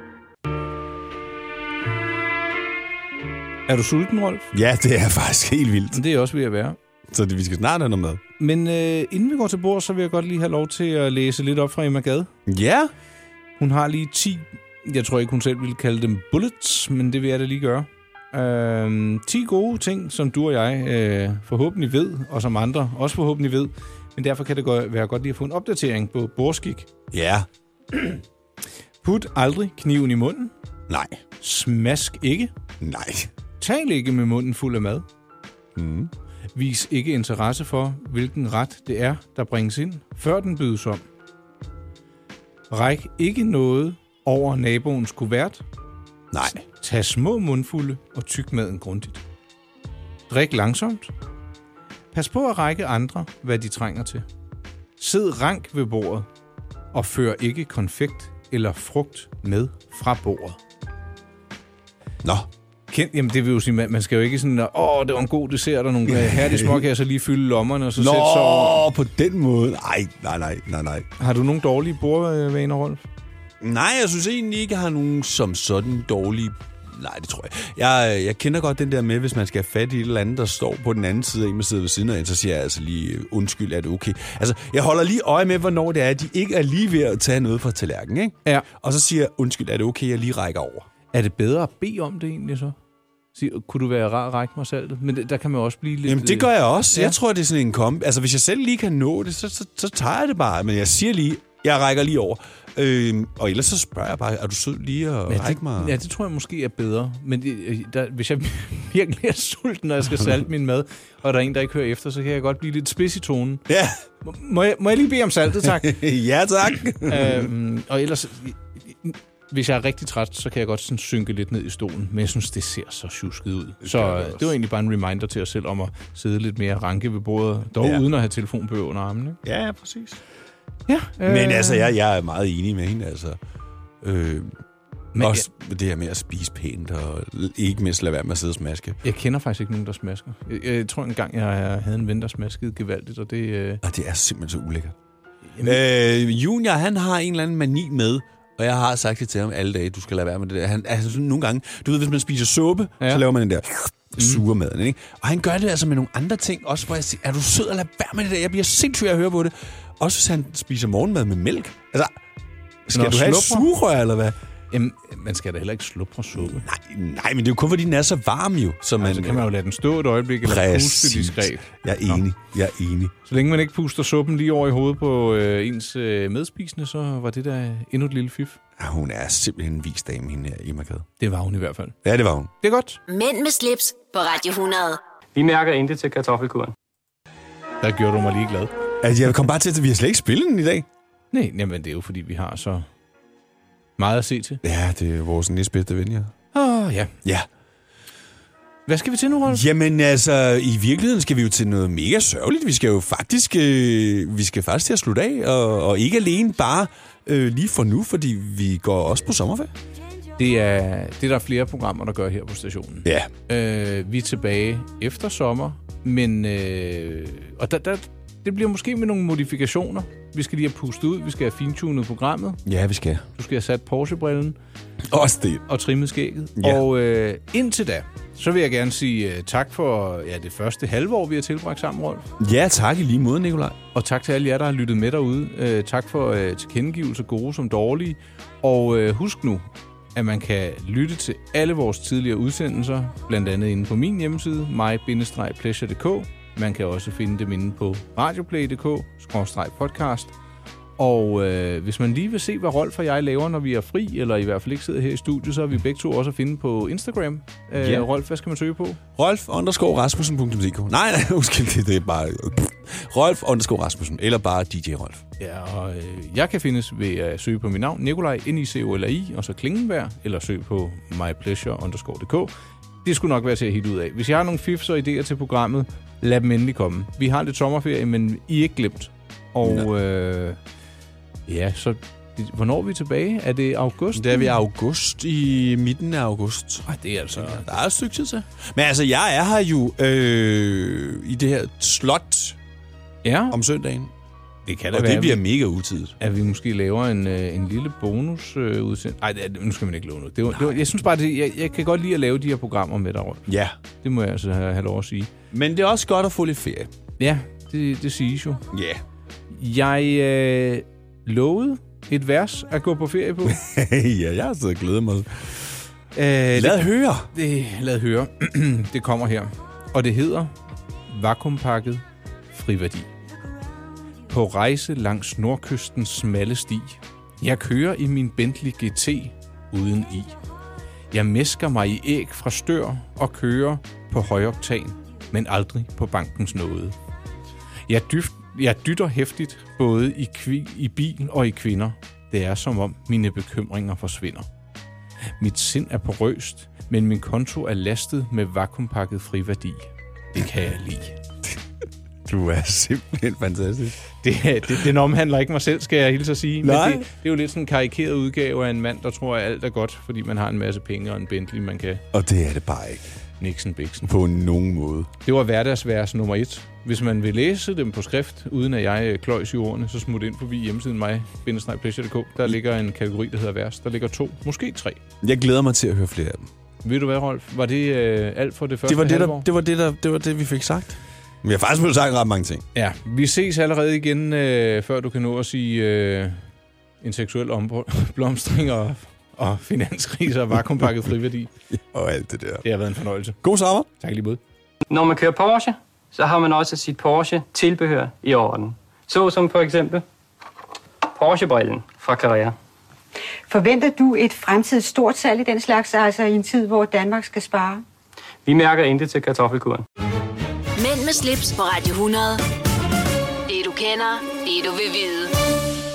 B: Er du sulten, Rolf?
C: Ja, det er faktisk helt vildt.
B: Det er også ved at være.
C: Så det, vi skal snart have noget mad.
B: Men øh, inden vi går til bord, så vil jeg godt lige have lov til at læse lidt op fra Emma Gade.
C: Ja.
B: Hun har lige 10, jeg tror ikke hun selv ville kalde dem bullets, men det vil jeg da lige gøre. Øh, 10 gode ting, som du og jeg øh, forhåbentlig ved, og som andre også forhåbentlig ved. Men derfor kan det gå- være godt lige at få en opdatering på bordskik.
C: Ja.
B: Put aldrig kniven i munden.
C: Nej.
B: Smask ikke.
C: Nej.
B: Tal ikke med munden fuld af mad.
C: Mm.
B: Vis ikke interesse for, hvilken ret det er, der bringes ind, før den bydes om. Ræk ikke noget over naboens kuvert.
C: Nej.
B: Tag små mundfulde og tyk maden grundigt. Drik langsomt. Pas på at række andre, hvad de trænger til. Sid rank ved bordet, og før ikke konfekt eller frugt med fra bordet.
C: Nå.
B: Kendt, jamen det vil jo sige, man, man skal jo ikke sådan, åh, det var en god dessert og nogle herlige småkager, så lige fylde lommerne og så
C: Nå,
B: sætte sig over.
C: på den måde. Nej, nej, nej, nej, nej.
B: Har du nogle dårlige bordvaner, Rolf?
C: Nej, jeg synes egentlig ikke, jeg har nogen som sådan dårlige... Nej, det tror jeg. jeg. Jeg kender godt den der med, hvis man skal have fat i et eller andet, der står på den anden side af en, der sidder ved siden af en, så siger jeg altså lige, øh, undskyld, er det okay? Altså, jeg holder lige øje med, hvornår det er, at de ikke er lige ved at tage noget fra tallerkenen, ikke?
B: Ja.
C: Og så siger jeg, undskyld, er det okay, jeg lige rækker over?
B: Er det bedre at bede om det egentlig så? Sige, kunne du være rar at række mig saltet? Men det- der kan man jo også blive lidt...
C: Jamen, det gør jeg også.
B: Ja.
C: Ja. Jeg tror, det er sådan en komp. Altså, hvis jeg selv lige kan nå det, så, så, så tager jeg det bare. Men jeg siger lige, jeg rækker lige over. Øhm, og ellers så spørger jeg bare, er du sød lige at
B: Ja,
C: række mig?
B: det, ja, det tror jeg måske er bedre. Men det, øh, der, hvis jeg virkelig er sulten, når jeg skal salte min mad, og der er en, der ikke hører efter, så kan jeg godt blive lidt spids i tonen.
C: Ja.
B: Må, må, jeg, må jeg lige bede om saltet, tak?
C: ja, tak.
B: øhm, og ellers, hvis jeg er rigtig træt, så kan jeg godt sådan synke lidt ned i stolen. Men jeg synes, det ser så tjusket ud. Så
C: gør det
B: øh,
C: også.
B: det var egentlig bare en reminder til os selv om at sidde lidt mere ranke ved bordet, dog
C: Ja.
B: ja. uden at have telefonbøger under armen. Ikke?
C: Ja, ja, præcis.
B: Ja, øh,
C: Men altså, jeg, jeg er meget enig med hende, altså. Øh,
B: Men
C: men også jeg... det her med at spise pænt, og l- ikke mindst lade være med at sidde og smaske.
B: Jeg kender faktisk ikke nogen, der smasker. Jeg, jeg tror engang, jeg havde en ven, der smaskede gevaldigt, og det... Øh,
C: Og det er simpelthen så ulækkert. Øh, junior, han har en eller anden mani med, og jeg har sagt det til ham alle dage, du skal lade være med det der. Han, altså, sådan nogle gange, du ved, hvis man spiser suppe, ja. Mm. så laver man den der sure maden, ikke? Og han gør det altså med nogle andre ting, også hvor jeg siger, er du sød at lade være med det der? Jeg bliver sindssyg af at høre på det. Også hvis han spiser morgenmad med mælk. Altså, skal
B: Nå,
C: Nå, du have et
B: slubrer.
C: sugerør, eller hvad?
B: Jamen, man skal da heller ikke slubre suppe. Nej,
C: Nej, men det er jo kun, fordi den er så varm jo. Så man,
B: så kan man jo lade den stå et øjeblik, eller
C: Præcis.
B: puste diskret.
C: Jeg er enig. Jeg er enig.
B: Så længe man ikke puster suppen lige over i hovedet på øh, ens øh, medspisende, så var det der endnu et lille fif.
C: Ja, Hun er simpelthen en vis dame, hende her i markedet.
B: Det var hun i hvert fald.
C: Ja, det var hun.
B: Det er godt.
A: Mænd med slips på Radio 100.
K: Vi mærker intet til kartoffelkuren.
B: Der gjorde du mig lige glad.
C: Altså, jeg kom bare til, at vi har slet ikke spillet den i dag.
B: Nej, jamen det er jo fordi, vi har så meget at se til.
C: Ja, det er vores næstbedste ven, ja.
B: Åh, oh, ja.
C: Ja.
B: Hvad skal vi til nu, Rolf?
C: Jamen altså, i virkeligheden skal vi jo til noget mega sørgeligt. Vi skal jo faktisk, øh, vi skal faktisk til at slutte af, og, og ikke alene bare øh, lige for nu, fordi vi går også på sommerferie.
B: Det er, det er der flere programmer, der gør her på stationen.
C: Ja.
B: Øh, vi er tilbage efter sommer, men... Øh, og der, der, det bliver måske med nogle modifikationer. Vi skal lige have pustet ud, vi skal have fintunet programmet,
C: Ja, vi skal.
B: du skal have sat Porsche-brillen
C: Også det.
B: og trimmet skægget.
C: Ja.
B: Og øh, indtil da, så vil jeg gerne sige øh, tak for ja, det første halve år, vi har tilbragt sammen, Rolf.
C: Ja, tak i lige måde, Nikolaj.
B: Og tak til alle jer, der har lyttet med derude. Øh, tak for øh, tilkendegivelser, gode som dårlige. Og øh, husk nu, at man kan lytte til alle vores tidligere udsendelser, blandt andet inde på min hjemmeside, my-pleasure.dk. Man kan også finde dem inde på radioplay.dk-podcast. Og øh, hvis man lige vil se, hvad Rolf og jeg laver, når vi er fri, eller i hvert fald ikke sidder her i studiet, så er vi begge to også at finde på Instagram. Øh,
C: Ja.
B: Rolf, hvad skal man søge på?
C: Rolf underscore Rasmussen.dk Nej, nej, undskyld, det, det er bare... Rolf underscore Rasmussen, eller bare DJ Rolf.
B: Ja, og øh, jeg kan findes ved at søge på mit navn, Nikolaj, n i c o l i og så Klingenberg, eller søg på mypleasure.dk. Det skulle nok være til at hitte ud af. Hvis jeg har nogle fifs og idéer til programmet, lad dem endelig komme. Vi har lidt sommerferie, men I er ikke glemt. Og øh, ja, så hvornår er vi tilbage? Er det august?
C: Det er vi i august, i midten af august.
B: Ej, det er altså...
C: Der er et stykke tid til. Men altså, jeg er her jo øh, i det her slot
B: ja.
C: om søndagen.
B: Det kan da
C: Og
B: være,
C: det bliver
B: vi-
C: mega utidigt.
B: at vi måske laver en, øh, en lille bonus øh, udsendelse. Nej, nu skal man ikke love noget. Det var, det var, jeg synes bare, det, jeg, jeg kan godt lide at lave de her programmer med dig, Rolf.
C: Ja.
B: Det må jeg altså have, have lov at sige.
C: Men det er også godt at få lidt ferie.
B: Ja, det, det siges jo.
C: Ja. Yeah.
B: Jeg øh, lovede et vers at gå på ferie på.
C: ja, jeg har siddet og glædet mig.
B: Øh, lad
C: det- høre.
B: Det, lad høre. det kommer her. Og det hedder Vakuumpakket Friværdi. På rejse langs nordkystens smalle sti. Jeg kører i min Bentley GT uden i. Jeg mesker mig i æg fra stør og kører på højoktan, men aldrig på bankens nåde. Jeg, dyf, jeg dytter hæftigt både i, kvi, i bil og i kvinder. Det er som om mine bekymringer forsvinder. Mit sind er porøst, men min konto er lastet med vakuumpakket friværdi. Det kan jeg lide.
C: Du er simpelthen fantastisk.
B: Det, det, den omhandler ikke mig selv, skal jeg hilse at sige.
C: Nej.
B: Men det, det er jo lidt sådan en karikeret udgave af en mand, der tror, at alt er godt, fordi man har en masse penge og en Bentley, man kan...
C: Og det er det bare ikke.
B: Nixon Bixen.
C: På nogen måde.
B: Det var hverdagsvers nummer et. Hvis man vil læse dem på skrift, uden at jeg øh, kløjs i ordene, så smut ind forbi hjemmesiden mig, pleasure.dk. Der ligger en kategori, der hedder vers. Der ligger to, måske tre.
C: Jeg glæder mig til at høre flere af dem.
B: Ved du hvad, Rolf? Var det øh, alt for det første
C: Det var det,
B: halvår?
C: der, det var det, der, det var det, vi fik sagt. Vi har faktisk blevet sagt ret mange ting.
B: Ja, vi ses allerede igen, øh, før du kan nå at sige øh, en seksuel ombr- blomstring og, og finanskriser og vakuumpakket friværdi.
C: og alt det der.
B: Det har været en fornøjelse.
C: God sommer.
B: Tak lige måde.
K: Når man kører Porsche, så har man også sit Porsche-tilbehør i orden. Så som for eksempel Porsche-brillen fra Carrera.
L: Forventer du et fremtidigt stort salg i den slags, altså i en tid, hvor Danmark skal spare?
K: Vi mærker intet til kartoffelkuren.
A: Mænd med slips på Radio 100. Det du kender, det du vil vide.